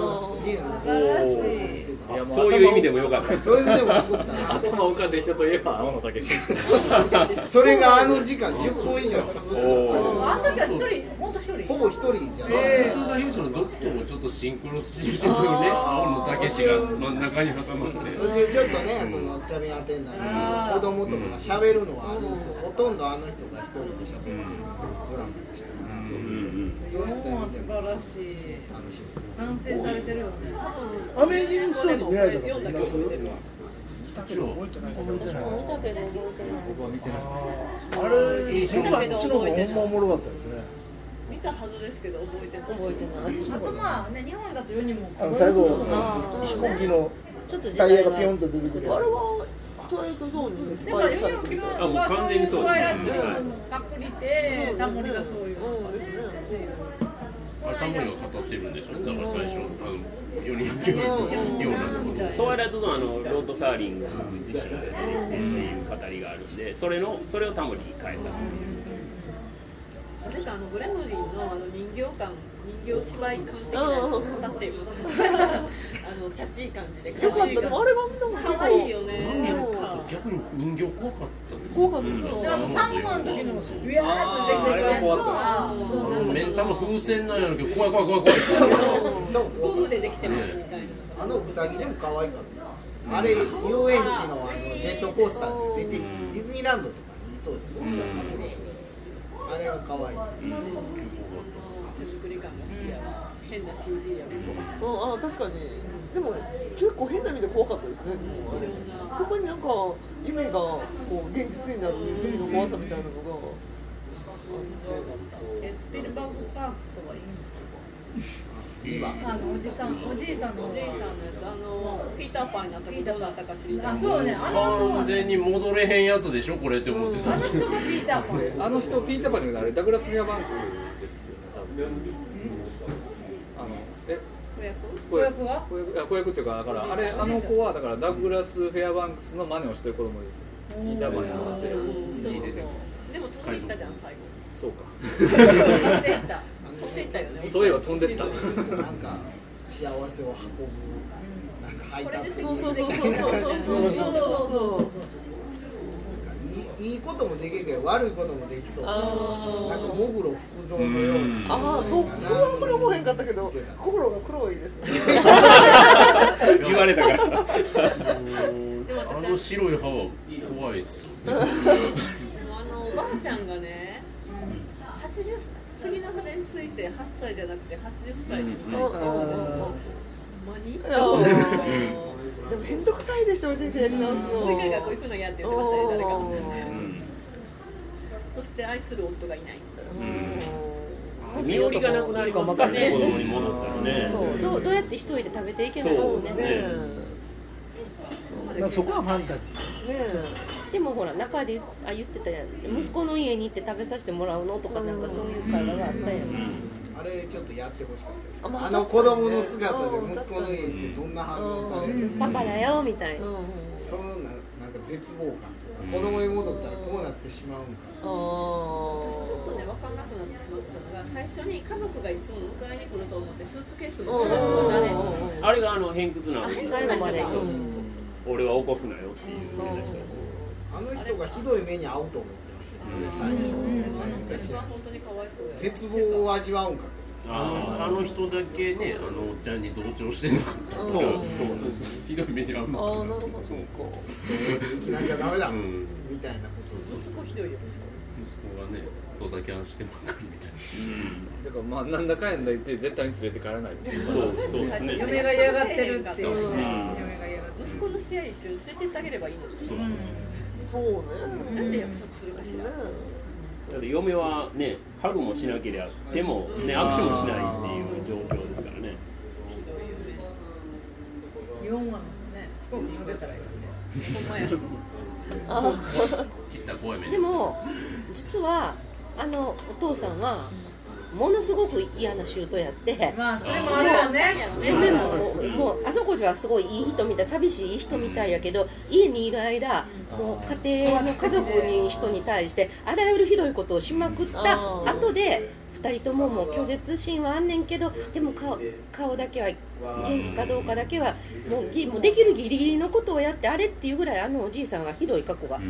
がすげえな素晴らしいいやもそういう意味でもよかったそういうのでもすごく楽しい頭おかしい人といえば青野武それがあの時間10分以上続くおでもーあの時は一人本当一人ほぼ一人じゃない、え伊藤さんヒルのドクトもちょっとシンクロしてるね青野武が真ん中に挟まって途中ちょっとね、そのキャビンアテンダーのその子供とかが喋るのはあるんですよ、ほとんどあの人が一人で喋ってるドラマでしたから、そういった意も味うで素も晴らしい楽しみ完成されてるよねアメージングストーリー見られた方いますあれ僕は見たけど覚えてないあっちの方がほんまおもろかったですね見たはずですけど覚えてない覚えてないあとまあね日本だと世にもあの最後飛行機のちょっと時タイヤ代がピョンっがて出てくるあれはトワイライトゾーンにスでもパイ世さにれもて着る物がそういうトワイライトパクリでタモリがそういううんですねあれタモリが語ってるんでしょだから最初あの4人教育ようなことトワイライトゾーンはあのロード・サーリング自身が出てきてっていう語りがあるんでそれのそれをタモリに変えたなんかあのグレムリンのあの人形感人形芝居感的なやつだっていうのあのチャチー感じでよかったでもあれは見たもん可愛いよねなんか逆に人形怖かったです怖かったですであとサンマの時のウヤーって出てくるやつはそうなんか目ん玉風船なんやろうけど怖い怖い怖い怖いってゴムでできてますみたいなあのウサギでも可愛かったあれ遊園地のあのジェットコースターで出てディズニーランドとかにいそうですよ、あれは可愛い手作り感が好きやわ変な CG やわうんあ確かにでも結構変な意味で怖かったですねほんまになんか夢がこう現実になる時の怖さみたいなのがえスピルバーグ監パンツとかいいんですけど。あのおじさんおじいさんのおじいさんのやつあのピーターパンになった時どうだったか知りたいあそうねあの完全に戻れへんやつでしょこれって思ってたんですよピーターパン。あの人ピーターパンにあれダグラス・フェアバンクスですよね多分あのえ子役子役は子役いや子役っていうかだからあれあの子はだからダグラス・フェアバンクスの真似をしてる子供ですピーターパンになってそうそうそうでも飛んでいったじゃん最後そうか飛んでった飛んでいったよねそういえば飛んでったなんか幸せを運ぶなんか配これ達です責る任なんでかきるからねそうそうそうそう。いいいいこともできるけど悪いこともできそうなんかあーモグロ福蔵のようにああ、そう、そうはあんまり思わへんかったけど、心が黒いですね。言われたからでも私あの白い歯は怖いっすよあのおばあちゃんがね80次のハレン彗星8歳じゃなくて80歳にうんほうんんあまにーでも、面倒くさいでしょ、人生やり直す保育園学校行の。くの嫌って言ってましたね誰かおうーんそして愛する夫がいない身寄りがなくなりますからね子供に戻ったらねそうどうどうやって一人で食べていけないそのうねねえまあ、そこはファンタジねでもほら中であ言ってたやん息子の家に行って食べさせてもらうのとかなんかそういう会話があったやん、あれちょっとやってほしかったですあまああの子供の姿で確かにね息子の家ってどんな反応されるんですかパパだよみたいえ。な、うん。そのななんか絶望感子供に戻ったらこうなってしまうんかあ私ちょっとね分かんなくなってしまったのが最初に家族がいつも迎えに来ると思ってスーツケース持ってたのがねー。あれがあの偏屈な最後まで、そう俺は起こすなよっていう言い出したあの人がひどい目に遭うと思ってましたよねあの人最一初番本当にかわいそうや絶望を味わうんかあのあの人だけねあのおっちゃんに同調してなかったそうそうそうそうひどい目に遭うあーなるほどそうかと生きなきゃダメだうんみたいなことを息子ひどいよ息子息子がねドタキャンしてばっかりみたいだからまあなんだかんだ言って絶対に連れて帰らないっていうなそうそうですね嫁が嫌がってるっていうう。う嫁んが嫌がってる。息子の試合一緒に連れてってあげればいいのにそうそうね。なんで約束するかしねらだって嫁はねハグもしなければでもね握手もしないっていう状況ですからねひどいよね四話のね、飛行機乗ってたらいいよね。ほんまやあ切った怖い目にでも実はあのお父さんはものすごく嫌な舅やってまあそれもあるよね。嫁ももうあそこではすごいいい人みたい寂しい人みたいやけど家にいる間もう家庭の家族に人に対してあらゆるひどいことをしまくった後で2人とももう拒絶心はあんねんけどでも顔顔だけは元気かどうかだけはもうぎもうできるギリギリのことをやってあれっていうぐらいあのおじいさんはひどい過去があった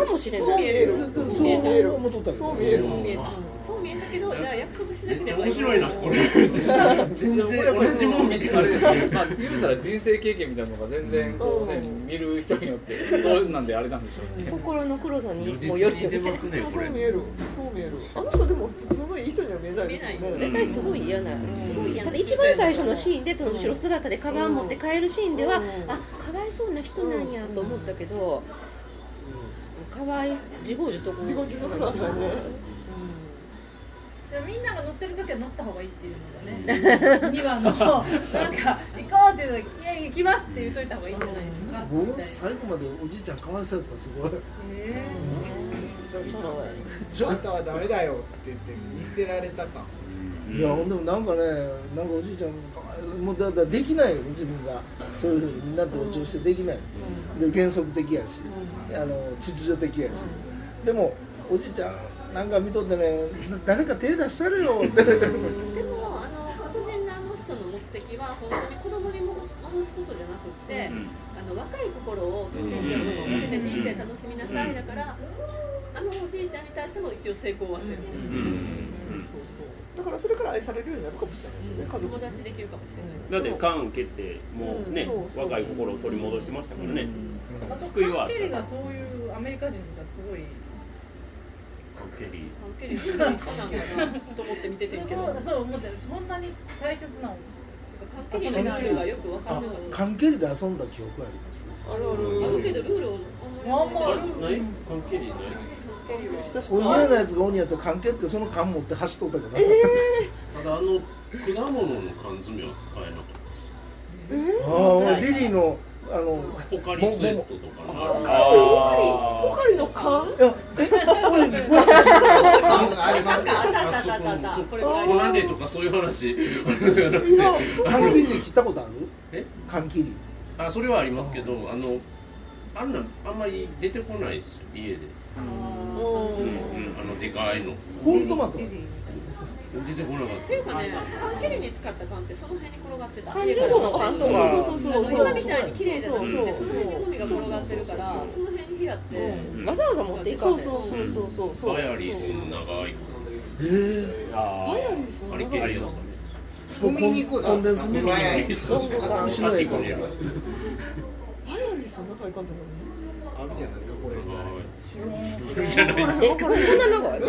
のかもしれそうな見い。えるー。だ。そう見えそうる。思っとったけどそう見ねえる。そう見えたそう見えたけどじゃあ約束しなめっけちゃれば面いい白いなこれ全然同じもん見てあるれまあ言うたら人生経験みたいなのが全然こうね見る人によってそうなんであれなんでしょうね心の黒さに如一歩よ実りに出ますねこそうれ見える。そう見える。あの人でも普通のいい人には見えないですよ見えね。絶対すごい嫌な、すごいやんただ一番最初のシーンでその後ろ姿でカバン持って帰るシーンでは、あかわいそうな人なんやと思ったけど、かわい自業自得自業自得なんだよね。でもみんなが乗ってる時は乗った方がいいっていうのがね。二話のなんか行こうっていうのは、いや行きますって言っといた方がいいんじゃないですか。僕最後までおじいちゃんかわいそうやったすごいえちょあんたはダメだよって言って見捨てられたかいやほんでもなんかねなんかおじいちゃんかわいそうもうだだできないよね自分がそういうふうにみんな同調してできない、で原則的やし、あの秩序的やし、でもおじいちゃんなんか見とってねな誰か手出したれよってでもあの白人のあの人の目的は本当に子供に戻すことじゃなくって、あの若い心を年に持ち上げて人生楽しみなさいだからあのおじいちゃんに対しても一応成功はする、だからそれから愛されるようになるかもしれないですよね。家友族。達できるかもしれないし、だって関蹴ってもうね、うんそうそう若い心を取り戻してましたからね、え。あと救いはあっカたンケリがそういうアメリカ人だったらすごい。ケリー関係ない人なんかなと思って見ててんけどそうそう思ってるそんなに大切な関係ないがよくわからない。関係で遊んだ記憶ありますあるある。あるけどルールをあんまああれるない関係ない俺嫌なやつが鬼やって関係ってその缶持って走っとったけど、ただあの果物の缶詰は使えなかったしああ俺リリーのあのポカリスエットとかなあポカリの缶？いやえおいこうやってありますあったああったあったあった。そこのこれそはこ粉でとかそういう話じゃなくて缶切りで切ったことあるえ缶切りあそれはありますけどあのあんなあんまり出てこないですよ家で、うんうん、あのでかいのホールトマト出てこなかっっていうかね、缶切りに使った缶ってその辺に転がってた。缶ジュースの缶とかそうそうそうそうそう今みたいに綺麗じゃなくて、その辺にゴミが転がってるから、その辺に拾って。わざわざ持っていかんでそうそうそうそうたバヤリースの長いええああれ蹴りやすかねココンンコンデンスミルクバヤのリースロング缶後ろへ行こうあバイオリンそんな買い方なのにあるじゃないですかこれーじゃないえこれこんな長いこ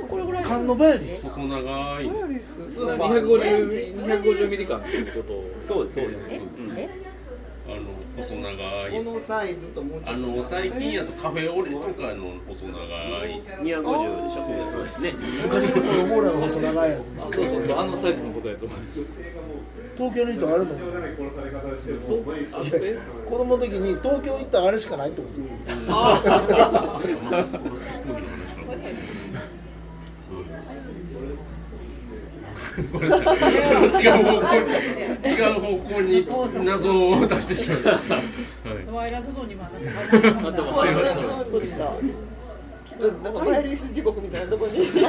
れこれぐらい缶のバイオリン細長いバイオリンスそれは250 250ミリ缶っていうことをそうですそうですええあの細長こいのサイズともうちょあっとの最近やとカフェオレとかの細長い250でしょそうですね昔の頃ボーラの細長いやつなそうそうそうあのサイズのことやと思います東京の人あれと思うあいや子供の時に東京行ったらあれしかないと思って *laughs* あまあその飛行機の話なのうんごめんなさい違う方向違う方向に謎を出してしま *laughs* うトワイライトゾーンに今なんかなってますはいすいまこっちだきっとなんかバイオリンス地獄みたいなとこにせん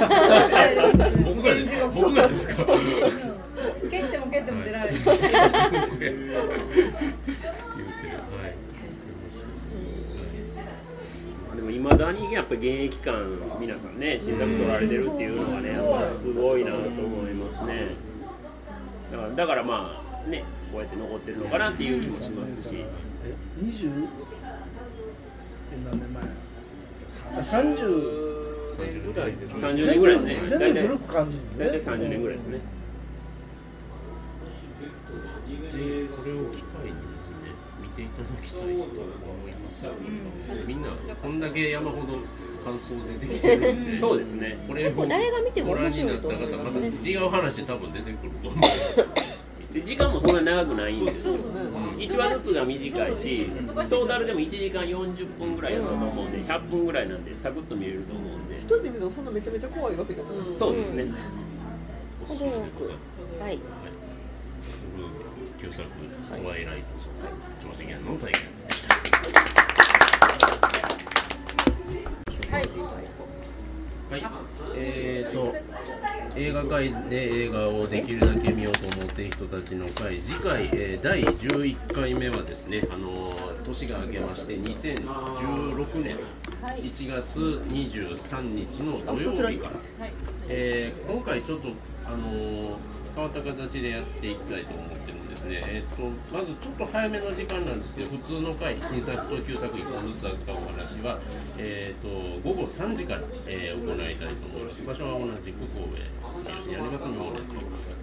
僕がですか僕がですか蹴っても蹴っても出られる。 *laughs* 言うてるはいでもいまだにやっぱ現役感皆さんね新作取られてるっていうのがねやっぱすごいなと思いますねだからだからまあねこうやって残ってるのかなっていう気もしますしえ二十何年前あ三十30ぐらいですね30年全ぐらいです然ね全然古く感じる大体ね30年ぐらいですねでこれを機会にですね見ていただきたいと思いますよ、みんなこんだけ山ほど感想出てきてるんでそうですねこれを結構誰が見ても面白いと思いますねご覧になった方また違う話で多分出てくると思うんですで時間もそんなに長くないんですよん1話ずつが短いし忙しいトータルでも1時間40分ぐらいだったと思うんで100分ぐらいなんでサクッと見れると思うんで一人で見るとそんなめちゃめちゃ怖いわけじゃないそうですねおすすめでございますはいはいということで旧作「トワイライトゾーン」「超次元の体験」はい、えー、と映画界で映画をできるだけ見ようと思っている人たちの会次回、えー第11回目はですね、あのー年が明けまして2016年1月23日の土曜日から、はいえー今回ちょっと、あのー変わった形でやっていきたいと思ってるんですね、えー、とまずちょっと早めの時間なんですけど普通の回新作と旧作1本ずつ扱うお話は、えー、と午後3時から、えー行いたいと思います場所は同じく神戸市にありますの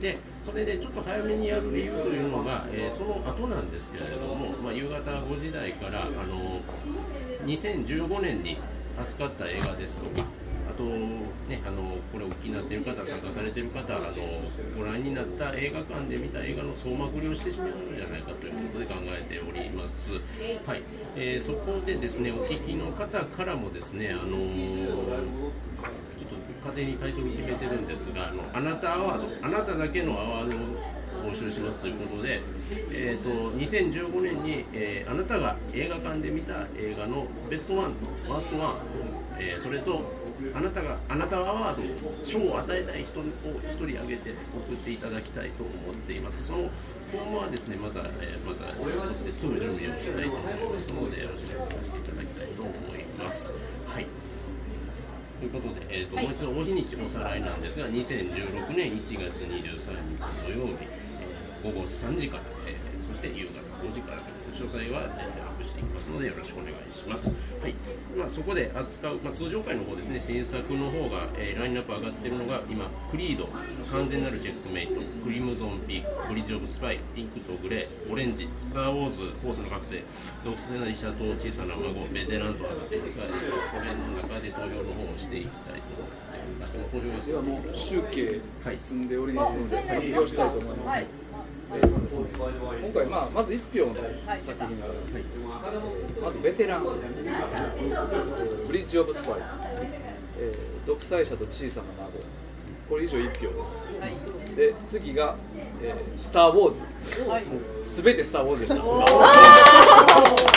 ででそれでちょっと早めにやる理由というのが、えーその後なんですけれども、まあ、夕方5時台から、あのー2015年に扱った映画ですとかあとねあのこれお聞きになっている方参加されている方あのご覧になった映画館で見た映画の総まくりをしてしまうんじゃないかということで考えておりますはい、えーそこでですねお聞きの方からもですねあのちょっと勝手にタイトル決めてるんですが、あのあなたアワード、あなただけのアワードを募集しますということで、えー、と2015年に、えーあなたが映画館で見た映画のベストワンとワーストワン、えーそれとあなたがあなたアワードを賞を与えたい人を1人挙げて送っていただきたいと思っています。そのフォームはですね、また、えーまたすぐ準備をしたいと思いますので、お知らせさせていただきたいと思います。はいということで、えーともう一度お日にちおさらいなんですが2016年1月23日土曜日、えー午後3時から、えーそして夕方5時から詳細は、えーアップしていきますのでよろしくお願いします。はいまあ、そこで扱う、まあ、通常回の方ですね新作の方が、えーラインナップ上がってるのが今クリード完全なるチェックメイトクリムゾンピークブリッジ・オブ・スパイピンクとグレーオレンジスター・ウォーズフォースの覚醒独創な医者と小さな孫ベテランと上がってますが、えーとこれの中で投票の方をしていきたいと思っております。でも投票予想ではもう集計済んでおりあ、ますのでそうな発りま表し。したたいはと思いますい。。えーとですね今回、まあ、まず1票の作品がある、まずベテラン、ブリッジ・オブ・スパイ、えー独裁者と小さな孫、これ以上1票です。で、次が、えースター・ウォーズ、すべてスター・ウォーズでした。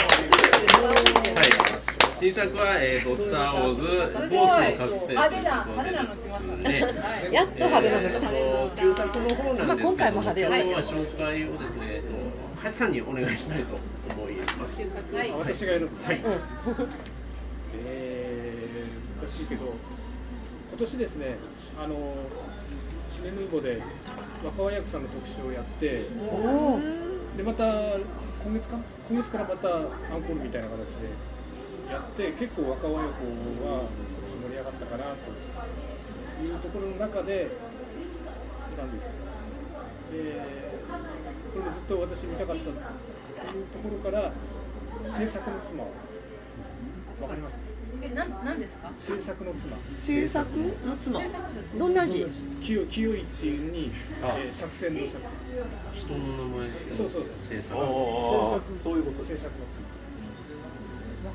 はい、新作は、えーと、スター・ウォーズ、フォースの覚醒ということでですね。やっと派手なの来たえーと旧作の方なんですけまあ今回どもも、派今日手やはね紹介をですね、えーと、ハチさんにお願いしたいと思います。あ私がやるのはい、はい、えー難しいけど今年ですねあのシネヌーボで若林役さんの特集をやってでまた今月かな今月からまたアンコールみたいな形でやって結構若林役は今年盛り上がったかなというところの中でなんですけど、えーこれもずっと私見たかったというところから制作の妻をわかりますえ、なん、なんですか。制作の妻制作の妻制作部。どんな味清清いっていうに、あえー作戦の作人の名前、そうそうそう制作。ああそういうこと制作の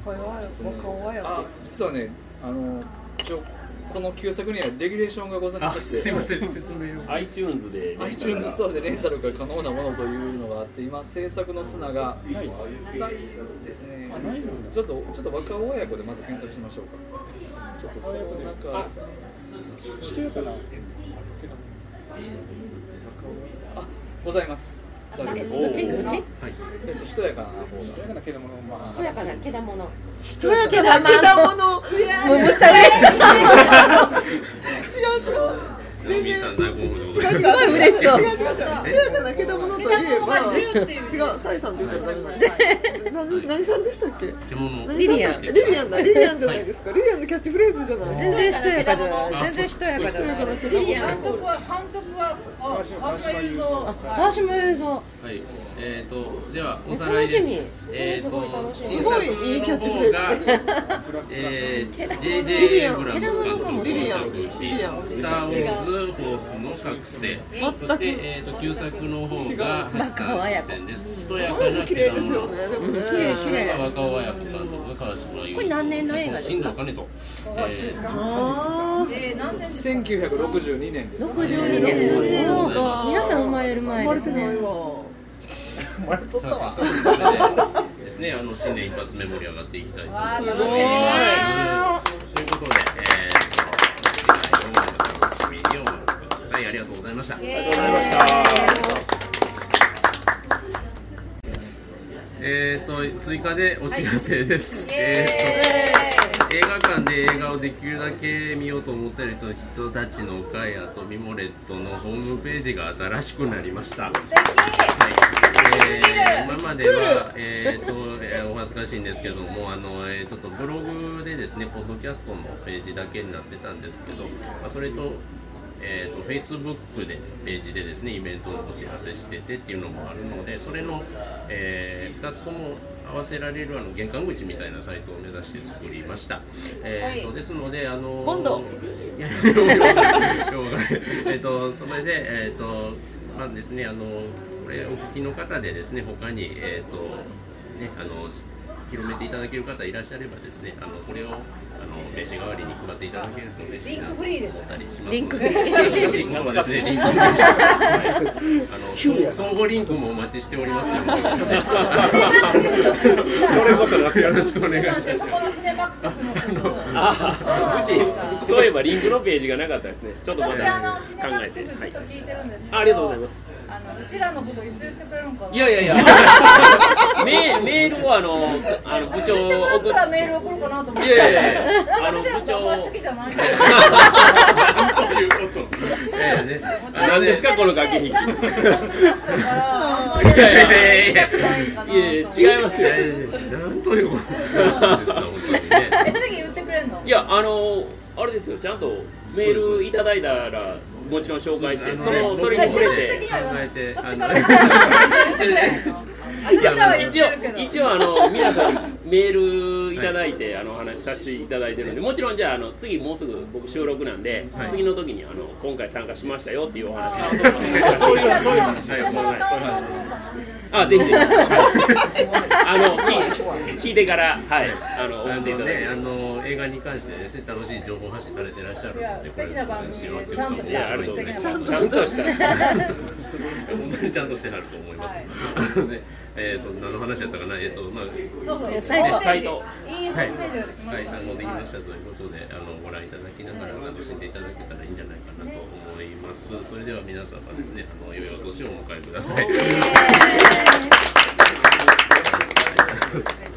若いわよ若いわよあ実はね、あの一応この旧作にはレギュレーションがございまあ、して、すみません、説明を。 iTunes でレンタル iTunes ストアでレンタルが可能なものというのがあって今制作の綱がないですねあないんだちょっとちょっと若尾親子でまず検索しましょうかちょっとその中あ妻知ってるかなあございます大丈夫ですどっちどっちはい、えっとしとやかな方が知らなけどもまあとやかなけだものしとやかなけだものもうむっちゃ嬉しかったでもみーさん大興奮でございますす。ごい嬉しそう違う違う違うしえとやかなけだものといえば十っていう。違うサイさんって言ったらダメなの何さんでしたっけ獣リリアンリリアンだリリアンじゃないですかリリアンのキャッチフレーズじゃない全然しとやかじゃない全然しとやかじゃないしとやかなけだもの監督は、監督は、あ、川島雄三。川島映像はい、えっ、と、では、おさらいです。え楽しみそれすごい楽しみえーとすごいいいキャッチフレーズ新作の方がえー、リ J.J. エリアンイブラムス監督のリリアン作品リリアン「スター・ウォーズ・フォースの覚醒」そして、えー、と旧作の方が「バカ親子ですしとやかな綺麗ですよねでもね綺麗これが若尾彩子監督が川島優これ何年の映画ですか新藤兼人、えーえー、何年ですか。 1962年です62年もう皆さん生まれる前ですねとったわ。ですね、あの新年一発目盛り上がっていきたいと思います。すとごいいうことで、えー、次回のお楽しみにお待ちください。ありがとうございました。ありがとうございました。えーと追加でお知らせです。えーと映画館で映画をできるだけ見ようと思っている人たちの会やとミモレットのホームページが新しくなりました。はいえー今までは、えーとえーお恥ずかしいんですけどもあの、えーちょっとブログでですねポッドキャストのページだけになってたんですけど、まあ、それと,、えー、と Facebook でページでですねイベントのお知らせしててっていうのもあるのでそれの、え2つとも合わせられるあの玄関口みたいなサイトを目指して作りました、えーとはいですのであの今 *laughs* 度いや了解えっとそれでえっ、とまあですねあのこれお聞きの方でですね他にえっ、とねあの広めていただける方いらっしゃればですねあのこれをあの名刺代わりに配っていただけると嬉しいなと思ったりしますのでリンクフリーです難しいことはですねリンクフリーはいあの相互リンクもお待ちしておりますのでそれこそよろしくお願いいたしますそこのシネマなくてそのことあうちそういえばリンクのページがなかったですねちょっとま私あのだシネマ考えティてクスずはっいと聞いてるんですけど、ありがとうございますあのうちらのこといつ言ってくれるのかないいやいや *laughs* いやメメールをあのあの部長言ってもらっ送 *laughs* たっらメール送るかなと思っていやいやいやなあんかのうちらのことあんま好きじゃないんだよということね何ですかこの駆け引きいやいやいやいやいや違いますよなんということなんですか本当にねえ次言ってくれるのいやあのあれですよちゃんとメールいただいたらもちろん紹介してそのそれに触れて考え *laughs* てあのいや一応一応あの皆さんメールいただいて、あのお話しさせていただいてるんでもちろんじゃああの次もうすぐ僕収録なんで、次の時にあの今回参加しましたよっていうお話そういうそういう話はいそういう話あぜひぜひ、はい、あの聞い聞いてからはいあのあ送のっていただいてね、あの映画に関してですね、楽しい情報発信されてらっしゃるのいやで、素敵な番組でちゃんとしいたやありがとうございますちゃん素敵な番組とした本当にちゃんとしてはると思います。はいあのね、えっ、と何の話やったかな、えっ、とまあ、そうそうねサイトねサイホトームページいいホームページができましたはい、反応できましたということで、あのご覧いただきながら楽しんでいただけたらいいんじゃないかなと思います。それでは皆様ですね、あの良いお年をお迎えください。ありがとうございます